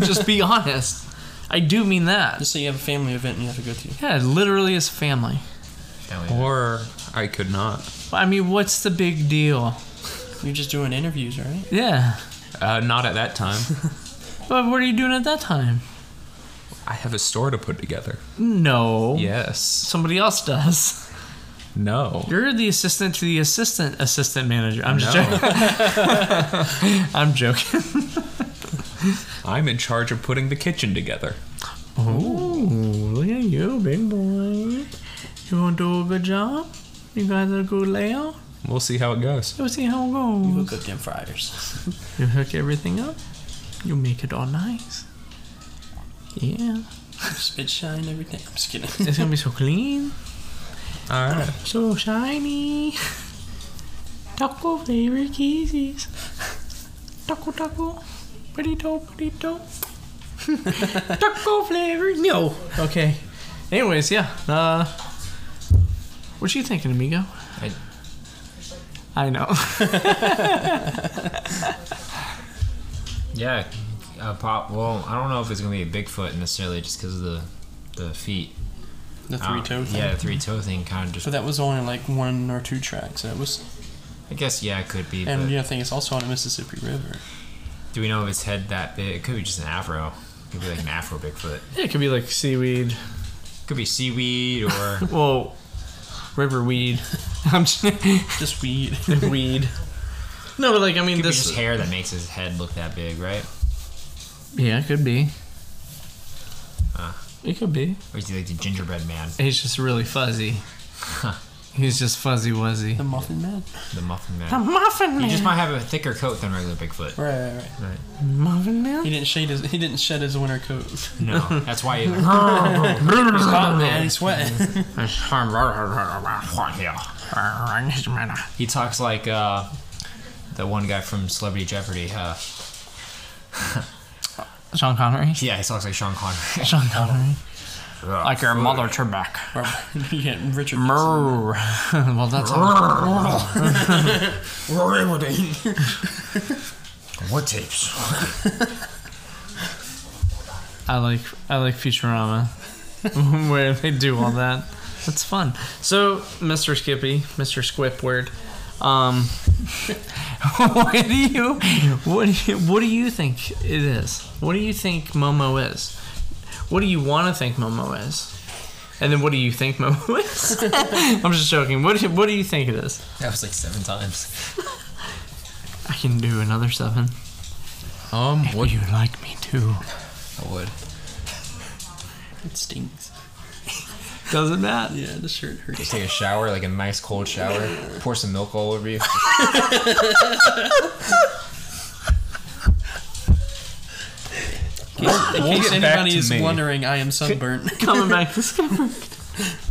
Speaker 6: just be honest. I do mean that.
Speaker 8: Just so you have a family event and you have to go to.
Speaker 6: Yeah, literally is family.
Speaker 7: Family.
Speaker 9: Or I could not.
Speaker 6: I mean, what's the big deal?
Speaker 8: You're just doing interviews, right?
Speaker 6: Yeah.
Speaker 9: Uh, not at that time.
Speaker 6: But what are you doing at that time?
Speaker 9: I have a store to put together.
Speaker 6: No.
Speaker 9: Yes.
Speaker 6: Somebody else does. [LAUGHS]
Speaker 9: No.
Speaker 6: You're the assistant to the assistant assistant manager. I'm just
Speaker 9: No.
Speaker 6: joking.
Speaker 8: [LAUGHS]
Speaker 6: I'm joking. [LAUGHS]
Speaker 9: I'm in charge of putting the kitchen together.
Speaker 6: Ooh, look at you, big boy. You gonna do a good job? You guys are good layout?
Speaker 9: We'll see how it goes.
Speaker 6: Let's see how it
Speaker 8: We'll
Speaker 6: goes.
Speaker 8: cook them fryers.
Speaker 6: You hook everything up. You make it all nice. Yeah.
Speaker 8: Spit shine everything. I'm just kidding.
Speaker 6: [LAUGHS] It's gonna be so clean.
Speaker 9: All right.
Speaker 6: So shiny. Taco favorite kisses. Taco taco. Burrito burrito. [LAUGHS] taco flavor. No. Okay. Anyways, yeah. Uh, what you thinking, amigo?
Speaker 7: I-
Speaker 6: I know.
Speaker 7: Yeah. Uh, pop. Well, I don't know if it's gonna be a Bigfoot necessarily, just because of the the feet.
Speaker 8: The
Speaker 7: I
Speaker 8: three
Speaker 7: don't-
Speaker 8: toe thing.
Speaker 7: Ah, Yeah, the three toe thing kind of just.
Speaker 8: So that was only like one or two tracks. That was,
Speaker 7: I guess yeah, it could be.
Speaker 8: and
Speaker 7: but
Speaker 8: the other thing, it's also on the Mississippi River.
Speaker 7: Do we know if it's head that big? It could be just an afro. It could be like an afro Bigfoot.
Speaker 6: it could be like seaweed.
Speaker 7: It could be seaweed or
Speaker 6: Well, river weed. [LAUGHS] I'm just
Speaker 8: [LAUGHS] Just
Speaker 6: [LAUGHS]
Speaker 8: weed.
Speaker 6: weed. No, but like I mean
Speaker 7: could be
Speaker 6: this.
Speaker 7: just hair that makes his head look that big, right?
Speaker 6: Yeah, it could be.
Speaker 7: Huh.
Speaker 6: It could be.
Speaker 7: Or is he like the gingerbread [LAUGHS] man,
Speaker 6: He's just really fuzzy. He's just fuzzy wuzzy.
Speaker 8: The Muffin Man.
Speaker 7: the muffin man?
Speaker 6: Muffin
Speaker 7: He just might have a thicker coat than regular Bigfoot.
Speaker 8: Right, right, right.
Speaker 6: Muffin
Speaker 8: He
Speaker 6: man.
Speaker 8: didn't shade his. He didn't shed his winter
Speaker 6: [LAUGHS]
Speaker 8: coat. Oh,
Speaker 7: No, that's why he's like,
Speaker 6: Oh,
Speaker 8: Man, he's sweating. [LAUGHS]
Speaker 7: yeah. [LAUGHS] He talks like uh, the one guy from Celebrity Jeopardy. Uh,
Speaker 6: Sean Connery.
Speaker 7: yeah, he talks like Sean Connery.
Speaker 6: Sean Connery.
Speaker 7: [LAUGHS] Like [LAUGHS]
Speaker 6: Like your mother Trebek. [LAUGHS]
Speaker 8: yeah, Richard.
Speaker 6: Brrr. well, that's all.
Speaker 7: what tapes?
Speaker 6: I like. I like Futurama, [LAUGHS] where they do all that. That's fun. So, Mr. Skippy, Mr. Squipward, um, [LAUGHS] what do you, what do you, what do you think it is? What do you think Momo is? What do you want to think Momo is? And then what do you think Momo is? [LAUGHS] I'm just joking. What do you, what do you think it is?
Speaker 7: That was like seven times.
Speaker 6: I can do another seven.
Speaker 9: Um.
Speaker 6: Would you like me to?
Speaker 7: I would.
Speaker 8: It stinks.
Speaker 6: [LAUGHS] Doesn't that?
Speaker 8: Yeah, the shirt hurts.
Speaker 7: Take a shower, like a nice cold shower. Pour some milk all over you.
Speaker 8: In
Speaker 9: We'll
Speaker 8: case
Speaker 9: get back
Speaker 8: anybody
Speaker 9: to
Speaker 8: is
Speaker 9: me.
Speaker 8: wondering, I am sunburnt.
Speaker 6: [LAUGHS] Coming back to Skipper.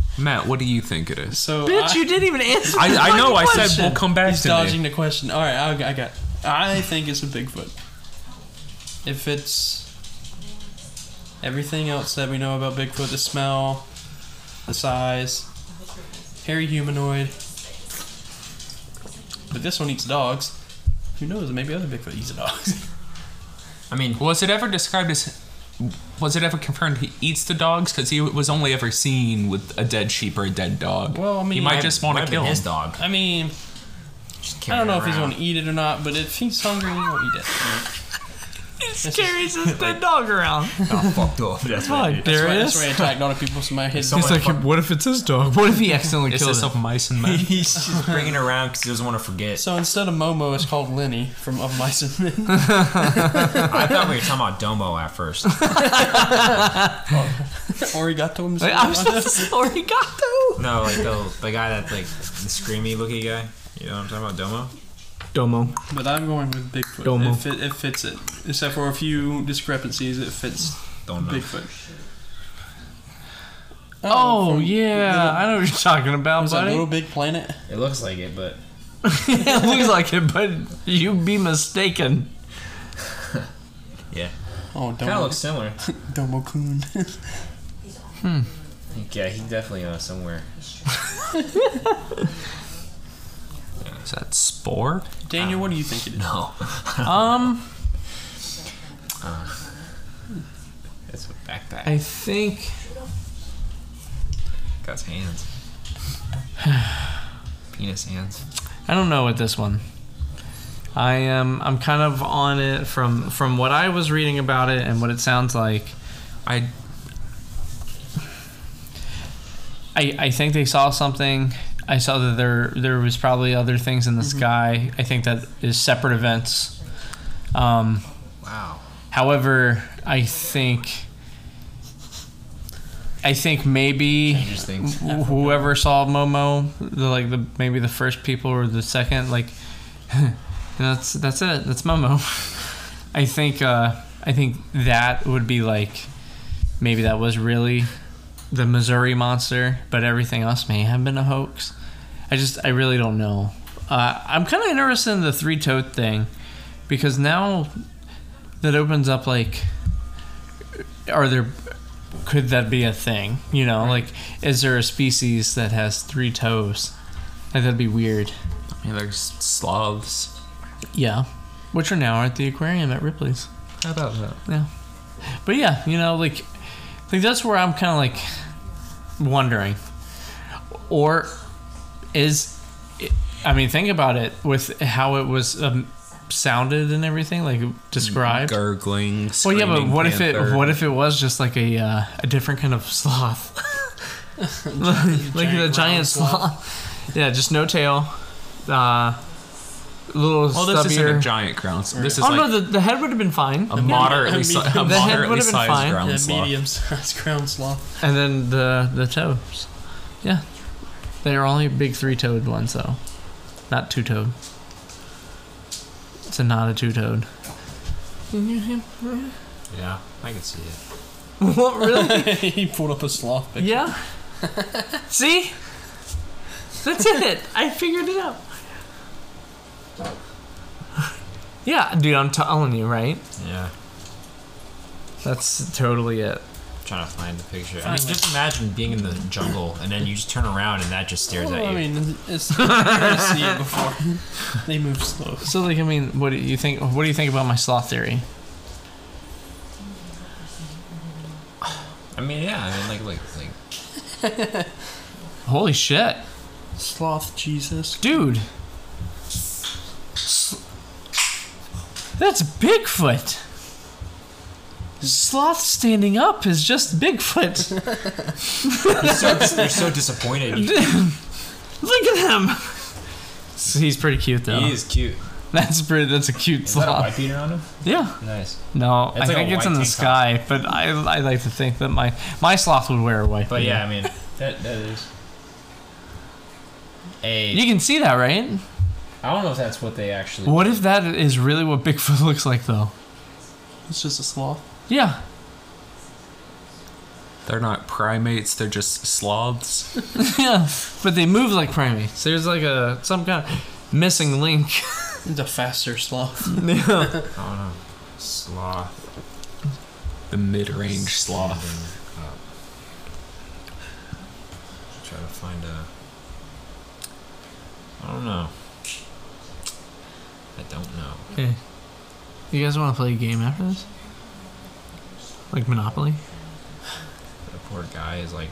Speaker 9: [LAUGHS] Matt, what do you think it is?
Speaker 8: So
Speaker 6: Bitch,
Speaker 8: I,
Speaker 6: you didn't even answer.
Speaker 9: I, I know. I said we'll come back
Speaker 8: he's
Speaker 9: to me.
Speaker 8: dodging the question. All right, I, I got. I think it's a Bigfoot. if it's everything else that we know about Bigfoot, the smell, the size, hairy humanoid. But this one eats dogs. Who knows? Maybe other Bigfoot eats dogs.
Speaker 7: I mean,
Speaker 9: Was it ever described as? Was it ever confirmed he eats the dogs? Because he was only ever seen with a dead sheep or a dead dog.
Speaker 8: Well, I mean,
Speaker 9: he might just want
Speaker 7: might
Speaker 9: to
Speaker 7: have
Speaker 9: kill
Speaker 7: been
Speaker 9: him.
Speaker 7: his dog.
Speaker 8: I mean,
Speaker 7: Just
Speaker 8: I
Speaker 7: carry
Speaker 8: don't know
Speaker 7: it
Speaker 8: if he's
Speaker 7: around.
Speaker 8: gonna eat it or not, but if he's hungry, he will eat it.
Speaker 6: He carries his dead dog around.
Speaker 7: Oh, fucked up. That's what I
Speaker 6: Fuck,
Speaker 7: did.
Speaker 6: there it
Speaker 8: That's why I
Speaker 6: is.
Speaker 8: attacked all the people. So my head.
Speaker 6: He's like, what if it's his dog? What if he accidentally
Speaker 9: Is
Speaker 6: kills
Speaker 9: this
Speaker 6: him?
Speaker 9: of mice and
Speaker 8: [LAUGHS]
Speaker 9: men?
Speaker 7: He's just bringing it around because he doesn't want to forget.
Speaker 8: So instead of Momo, it's called Lenny from Of Mice and Men. [LAUGHS]
Speaker 7: I thought we were talking about Domo at first.
Speaker 8: Origato himself. [LAUGHS]
Speaker 6: I'm so Origato.
Speaker 7: No, like the, the guy that like the screamy looking guy. You know what I'm talking about, Domo?
Speaker 6: Domo.
Speaker 8: But I'm going with Bigfoot.
Speaker 6: Domo.
Speaker 8: It, fit, it fits it, except for a few discrepancies. It fits
Speaker 7: Don't know.
Speaker 8: Bigfoot.
Speaker 6: Oh, yeah, I know what you're talking about,
Speaker 8: Is that
Speaker 6: buddy.
Speaker 8: Little Big Planet?
Speaker 7: It looks like it, but
Speaker 6: it looks like it, but you be mistaken.
Speaker 7: yeah,
Speaker 8: Oh,
Speaker 7: kind of
Speaker 8: Domo,
Speaker 7: looks similar.
Speaker 8: [LAUGHS] Domo Coon.
Speaker 6: Hmm.
Speaker 7: yeah, he's definitely uh, somewhere.
Speaker 9: Is that spore?
Speaker 8: Daniel, what do you think it
Speaker 9: [LAUGHS]
Speaker 8: is?
Speaker 7: No,
Speaker 6: Um,
Speaker 7: it's a backpack.
Speaker 6: I think
Speaker 7: Got his
Speaker 9: [SIGHS]
Speaker 7: hands. Penis hands.
Speaker 6: I don't know with this one. I am. I'm kind of on it from from what I was reading about it and what it sounds like.
Speaker 9: I
Speaker 6: I, I think they saw something. I saw that there there was probably other things in the sky. I think that is separate events. Um,
Speaker 7: Wow.
Speaker 6: however, I think I think maybe
Speaker 7: Changes things.
Speaker 6: wh- whoever saw Momo, the like the maybe the first people or the second, like [LAUGHS] that's that's it. That's Momo. [LAUGHS] I think uh, I think that would be like maybe that was really the Missouri monster, but everything else may have been a hoax. I just I really don't know. Uh, I'm kind of interested in the three toed thing because now that opens up like are there could that be a thing? You know, like is there a species that has three toes? Like that'd be weird.
Speaker 9: mean, there's sloths.
Speaker 6: Yeah. Which are now at the aquarium at Ripley's.
Speaker 9: How about that?
Speaker 6: Yeah. But yeah, you know, like like that's where I'm kind of like wondering. Or is I mean, think about it with how it was um, sounded and everything, like described.
Speaker 9: Gurgling.
Speaker 6: Well, yeah, but
Speaker 9: screaming
Speaker 6: what if
Speaker 9: panther.
Speaker 6: it what if it was just like a uh, a different kind of
Speaker 8: [LAUGHS]
Speaker 6: sloth, [LAUGHS] like a
Speaker 8: giant round
Speaker 6: giant sloth? Yeah, just no tail, uh, little
Speaker 9: Well, this isn't a
Speaker 6: stubbier.
Speaker 9: giant ground. sloth. This is
Speaker 6: Oh
Speaker 9: like
Speaker 6: no, the, the head would have been fine,
Speaker 9: a moderately, si-
Speaker 8: The
Speaker 9: a
Speaker 8: head
Speaker 9: moderately
Speaker 6: would've been fine.
Speaker 9: sized ground
Speaker 8: Yeah,
Speaker 9: sloth.
Speaker 8: medium sized ground sloth.
Speaker 6: and then the the toes. Yeah, they are only big three toed ones though, not two toed. It's a not a two toed.
Speaker 7: Yeah, I can see
Speaker 6: [LAUGHS]
Speaker 7: it.
Speaker 6: what really?
Speaker 8: [LAUGHS] he pulled up a sloth. Pic.
Speaker 6: Yeah. See, that's it. I figured it out. Yeah, dude, I'm telling you, right?
Speaker 7: Yeah,
Speaker 6: That's totally it.
Speaker 7: trying to find the picture. I mean, just imagine being in the jungle and then you just turn around and that just stares
Speaker 8: Well,
Speaker 7: at
Speaker 8: I
Speaker 7: you.
Speaker 8: mean, it's, it's I've seen it before. they move slow.
Speaker 6: So, like, I mean, what do you think? What do you think about my sloth theory?
Speaker 7: I mean, yeah. I mean, like, [LAUGHS] like, like.
Speaker 6: Holy shit,
Speaker 8: Sloth Jesus.
Speaker 6: dude! S- That's Bigfoot. Sloth standing up is just Bigfoot. [LAUGHS]
Speaker 7: They're
Speaker 8: [LAUGHS]
Speaker 7: so disappointed.
Speaker 6: Look at him. He's pretty cute though.
Speaker 7: He is cute.
Speaker 6: That's pretty. That's a cute
Speaker 7: Is that a
Speaker 6: sloth.
Speaker 7: white beater on him?
Speaker 6: Yeah.
Speaker 7: Nice.
Speaker 6: No, I
Speaker 7: like a
Speaker 6: think it's
Speaker 7: white
Speaker 6: in the
Speaker 7: tank top.
Speaker 6: sky, but I, I like to think that my my sloth would wear a white.
Speaker 7: But
Speaker 6: beard.
Speaker 7: yeah, I mean, that that is. A.
Speaker 6: you can see that, right?
Speaker 7: I don't know if that's what they actually.
Speaker 6: What if that is really what Bigfoot [LAUGHS] looks like, though?
Speaker 8: It's just a sloth.
Speaker 6: Yeah,
Speaker 9: They're not primates. They're just sloths. [LAUGHS]
Speaker 6: [LAUGHS] yeah. But they move like primates. There's like a some kind of missing link. [LAUGHS]
Speaker 8: It's a faster sloth.
Speaker 6: Yeah.
Speaker 7: I don't know. Sloth.
Speaker 9: The mid-range sloth.
Speaker 7: standing up. Try to find a. I don't know. I don't know.
Speaker 6: Hey, you guys want to play a game after this? Like Monopoly?
Speaker 7: The poor guy is like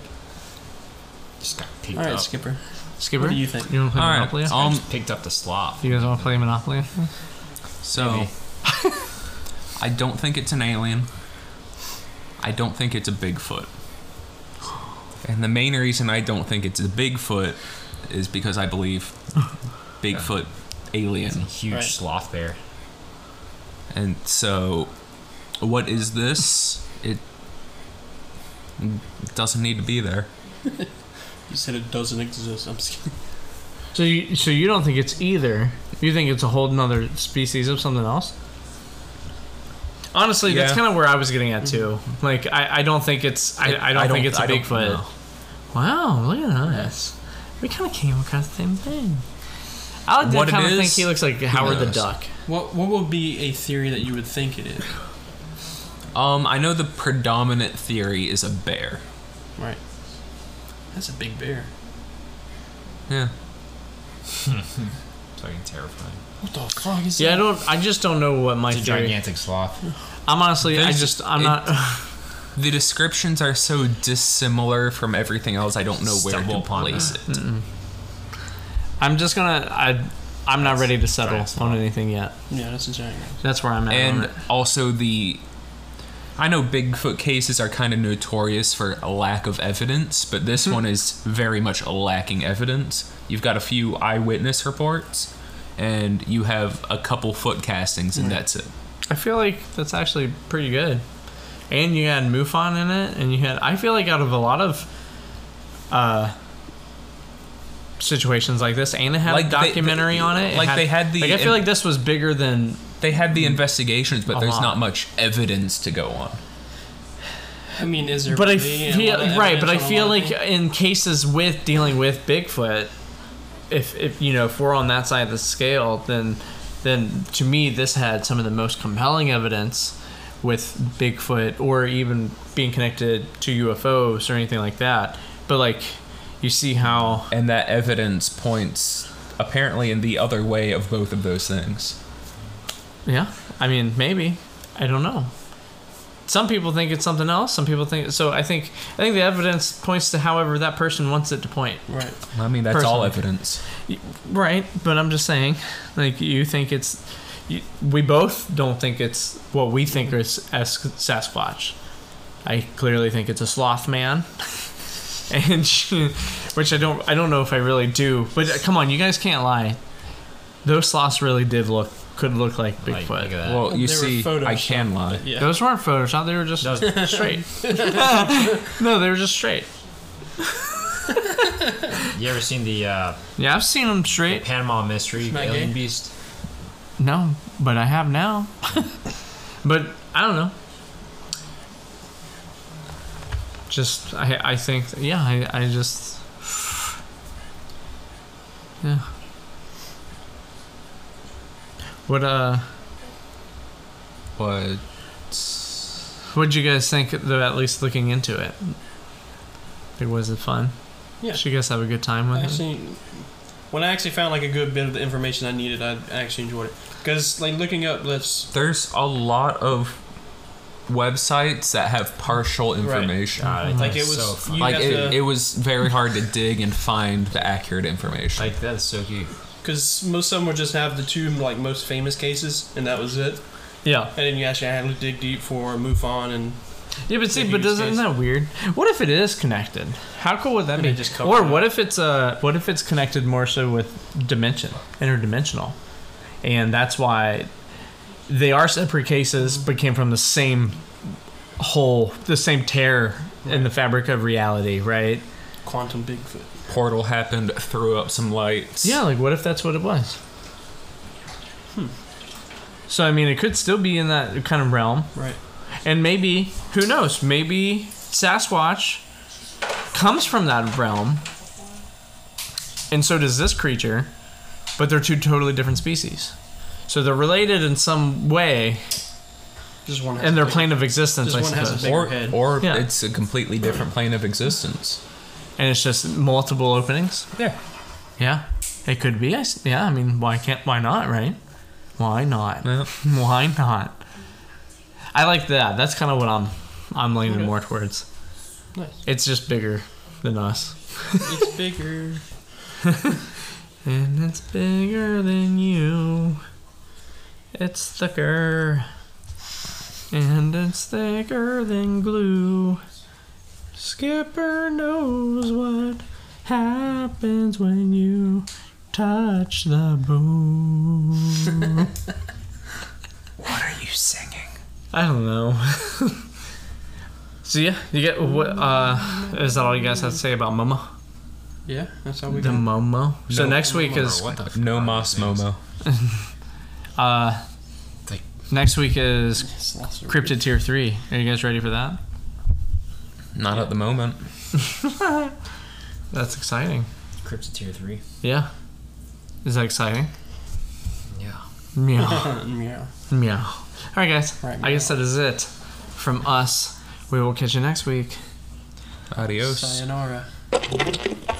Speaker 7: just got picked
Speaker 8: All right,
Speaker 7: up.
Speaker 8: Skipper.
Speaker 6: Skipper?
Speaker 8: What do you think?
Speaker 6: You want to play
Speaker 9: All right,
Speaker 6: Monopoly?
Speaker 9: I'll-
Speaker 7: I
Speaker 9: Um,
Speaker 7: just picked up the sloth.
Speaker 6: you guys want to play Monopoly after this?
Speaker 9: So, [LAUGHS] I don't think it's an alien. I don't think it's a Bigfoot. And the main reason I don't think it's a Bigfoot is because I believe Bigfoot alien.
Speaker 7: Huge
Speaker 8: Right.
Speaker 7: sloth bear.
Speaker 9: And so, what is this? It doesn't need to be there.
Speaker 8: You said it doesn't exist. I'm just kidding.
Speaker 6: So you, so you don't think it's either? You think it's a whole nother species of something else? Honestly, that's
Speaker 9: Yeah.
Speaker 6: kind of where I was getting at too. Like, I, I don't think it's I, I, don't, think it's a
Speaker 9: I don't
Speaker 6: Bigfoot.
Speaker 9: know.
Speaker 6: Wow, look at us. We kind of came across the same thing. I like
Speaker 9: What
Speaker 6: to
Speaker 9: it
Speaker 6: kind of think
Speaker 9: is,
Speaker 6: he looks like Howard the
Speaker 9: knows?
Speaker 6: Duck.
Speaker 8: What What would be a theory that you would
Speaker 9: [LAUGHS]
Speaker 8: think it is?
Speaker 9: Um, I know the predominant theory is a bear.
Speaker 8: Right. That's a big bear.
Speaker 9: Yeah.
Speaker 7: It's fucking terrifying.
Speaker 8: What the fuck is
Speaker 6: Yeah, I
Speaker 8: that?
Speaker 6: don't. I just don't know what my
Speaker 7: It's a
Speaker 6: theory.
Speaker 7: gigantic sloth.
Speaker 6: I'm honestly, I
Speaker 9: There's-
Speaker 6: just, I'm
Speaker 9: it-
Speaker 6: not. [LAUGHS]
Speaker 9: The descriptions are so dissimilar from everything else. I [LAUGHS] don't know where
Speaker 7: Stumble
Speaker 9: to
Speaker 7: upon
Speaker 9: place it.
Speaker 6: I'm just gonna. I, I'm not ready to settle
Speaker 7: giant
Speaker 6: on anything yet.
Speaker 8: Yeah, that's a giant. guy.
Speaker 6: That's where I'm at. on
Speaker 9: and
Speaker 6: it.
Speaker 9: also the I know Bigfoot cases are kind of notorious for a lack of evidence, but
Speaker 8: Hmm.
Speaker 9: this one is very much lacking evidence. You've got a few eyewitness reports, and you have a couple foot castings, and that's it.
Speaker 6: I feel like that's actually pretty good. And you had Mufon in it, and you had. I feel like out of a lot of. Uh, situations like this, and it had
Speaker 9: Like
Speaker 6: a
Speaker 9: they-
Speaker 6: documentary
Speaker 9: they-
Speaker 6: on it. It
Speaker 9: like they had the-
Speaker 6: Like I feel like this was bigger than.
Speaker 9: They had
Speaker 8: Hmm.
Speaker 9: the investigations, but
Speaker 6: A
Speaker 9: there's
Speaker 6: lot.
Speaker 9: not much evidence to go on.
Speaker 8: I mean, is there?
Speaker 6: But I
Speaker 8: really a lot of
Speaker 6: feel right. But
Speaker 8: evidence
Speaker 6: I
Speaker 8: on a
Speaker 6: feel
Speaker 8: lot of
Speaker 6: like
Speaker 8: things?
Speaker 6: in cases with dealing with Bigfoot, if if you know if we're on that side of the scale, then then to me this had some of the most compelling evidence with Bigfoot or even being connected to UFOs or anything like that. But like you see how
Speaker 9: And that evidence points apparently in the other way of both of those things.
Speaker 6: yeah, I mean maybe I don't know. Some people think it's something else. Some people think so. I think I think the evidence points to however that person wants it to point.
Speaker 8: right.
Speaker 9: I mean, that's all
Speaker 6: Personally.
Speaker 9: evidence.
Speaker 6: Right, but I'm just saying, like you think it's, you, we both don't think it's what we think is as Sasquatch. I clearly think it's a sloth man, [LAUGHS] and she- which I don't, I don't know if I really do. But uh, come on, you guys can't lie. Those sloths really did look, could look like
Speaker 7: Like,
Speaker 6: Bigfoot.
Speaker 7: look at that.
Speaker 9: Well, you
Speaker 8: They were
Speaker 9: see, I
Speaker 8: photoshopped,
Speaker 9: can lie.
Speaker 8: but Yeah.
Speaker 6: Those weren't Photoshop; they were just [LAUGHS]
Speaker 7: Those-
Speaker 6: straight. no, they were just straight.
Speaker 7: You ever seen the uh,
Speaker 6: Yeah, I've seen them straight.
Speaker 7: Panama Mystery
Speaker 8: Smack
Speaker 7: Alien
Speaker 8: it.
Speaker 7: Beast?
Speaker 6: No, but I have now. [LAUGHS] but I don't know. Just I I think yeah I I just yeah. What uh
Speaker 9: But
Speaker 6: what would you guys think though at least looking into it? It was it fun?
Speaker 8: Yeah.
Speaker 6: Did you guys have a good time with it?
Speaker 8: Actually, when I actually found like a good bit of the information I needed, I actually enjoyed it. Because like looking up, let's
Speaker 9: there's a lot of websites that have partial information.
Speaker 7: God, it's
Speaker 8: like it was.
Speaker 7: so fun.
Speaker 8: Mm-hmm. you
Speaker 9: Like
Speaker 8: have
Speaker 9: it,
Speaker 8: to-
Speaker 9: it was very hard to dig and find the accurate information.
Speaker 7: Like that's so cute.
Speaker 8: Because most of them would just have the two like most famous cases, and that was it.
Speaker 6: Yeah.
Speaker 8: And then you actually had to dig deep for move on, and
Speaker 6: Yeah, but see,
Speaker 8: Big
Speaker 6: but
Speaker 8: use
Speaker 6: doesn't
Speaker 8: case.
Speaker 6: isn't that weird? What if it is connected? How cool would that be?
Speaker 8: they just cover
Speaker 6: or
Speaker 8: it
Speaker 6: what if it's uh, what if it's connected more so with dimension, interdimensional, and that's why they are separate cases, but came from the same hole, the same tear in the fabric of reality, right?
Speaker 8: quantum Bigfoot.
Speaker 9: Portal happened, threw up some lights.
Speaker 6: Yeah, like what if that's what it was?
Speaker 8: Hmm.
Speaker 6: So I mean, it could still be in that kind of realm.
Speaker 8: Right.
Speaker 6: And maybe, who knows, maybe Sasquatch comes from that realm, and so does this creature, but they're two totally different species. So they're related in some way,
Speaker 8: Just one. has
Speaker 6: and
Speaker 8: a
Speaker 6: their
Speaker 8: big-
Speaker 6: plane of existence,
Speaker 8: Just
Speaker 6: I
Speaker 8: one has a
Speaker 6: suppose.
Speaker 8: big-
Speaker 9: Or,
Speaker 8: head.
Speaker 9: or
Speaker 6: Yeah.
Speaker 9: it's a completely different plane of existence.
Speaker 6: and it's just multiple openings.
Speaker 9: Yeah.
Speaker 6: Yeah, it could be. I s- Yeah, I mean, why can't? Why not? Right? Why not?
Speaker 9: Yeah.
Speaker 6: [LAUGHS] Why not? I like that. That's kind of what I'm. I'm leaning more towards.
Speaker 8: Nice.
Speaker 6: It's just bigger than us.
Speaker 8: It's bigger.
Speaker 6: [LAUGHS] And it's bigger than you. It's thicker. And it's thicker than glue. Skipper knows what happens when you touch the
Speaker 8: [LAUGHS]
Speaker 6: boom.
Speaker 7: What are you singing?
Speaker 6: I don't know. [LAUGHS] so yeah, you get what uh is that all you guys have to say about Momo?
Speaker 8: Yeah, that's how we
Speaker 6: The
Speaker 8: go.
Speaker 6: Momo. So
Speaker 7: No,
Speaker 6: next week
Speaker 7: Momo,
Speaker 6: is
Speaker 7: what the
Speaker 9: No Mas Momo.
Speaker 6: uh
Speaker 7: Like-
Speaker 6: next week is Cryptid Tier 3. Are you guys ready for that?
Speaker 9: Not at the moment.
Speaker 6: That's exciting.
Speaker 7: Cryptid Tier 3.
Speaker 6: Yeah. Is that exciting?
Speaker 7: Yeah.
Speaker 6: [LAUGHS] Meow.
Speaker 8: yeah.
Speaker 6: meow. All right, guys.
Speaker 8: Right,
Speaker 6: I guess that is it from us. We will catch you next week.
Speaker 9: Adios.
Speaker 8: Sayonara.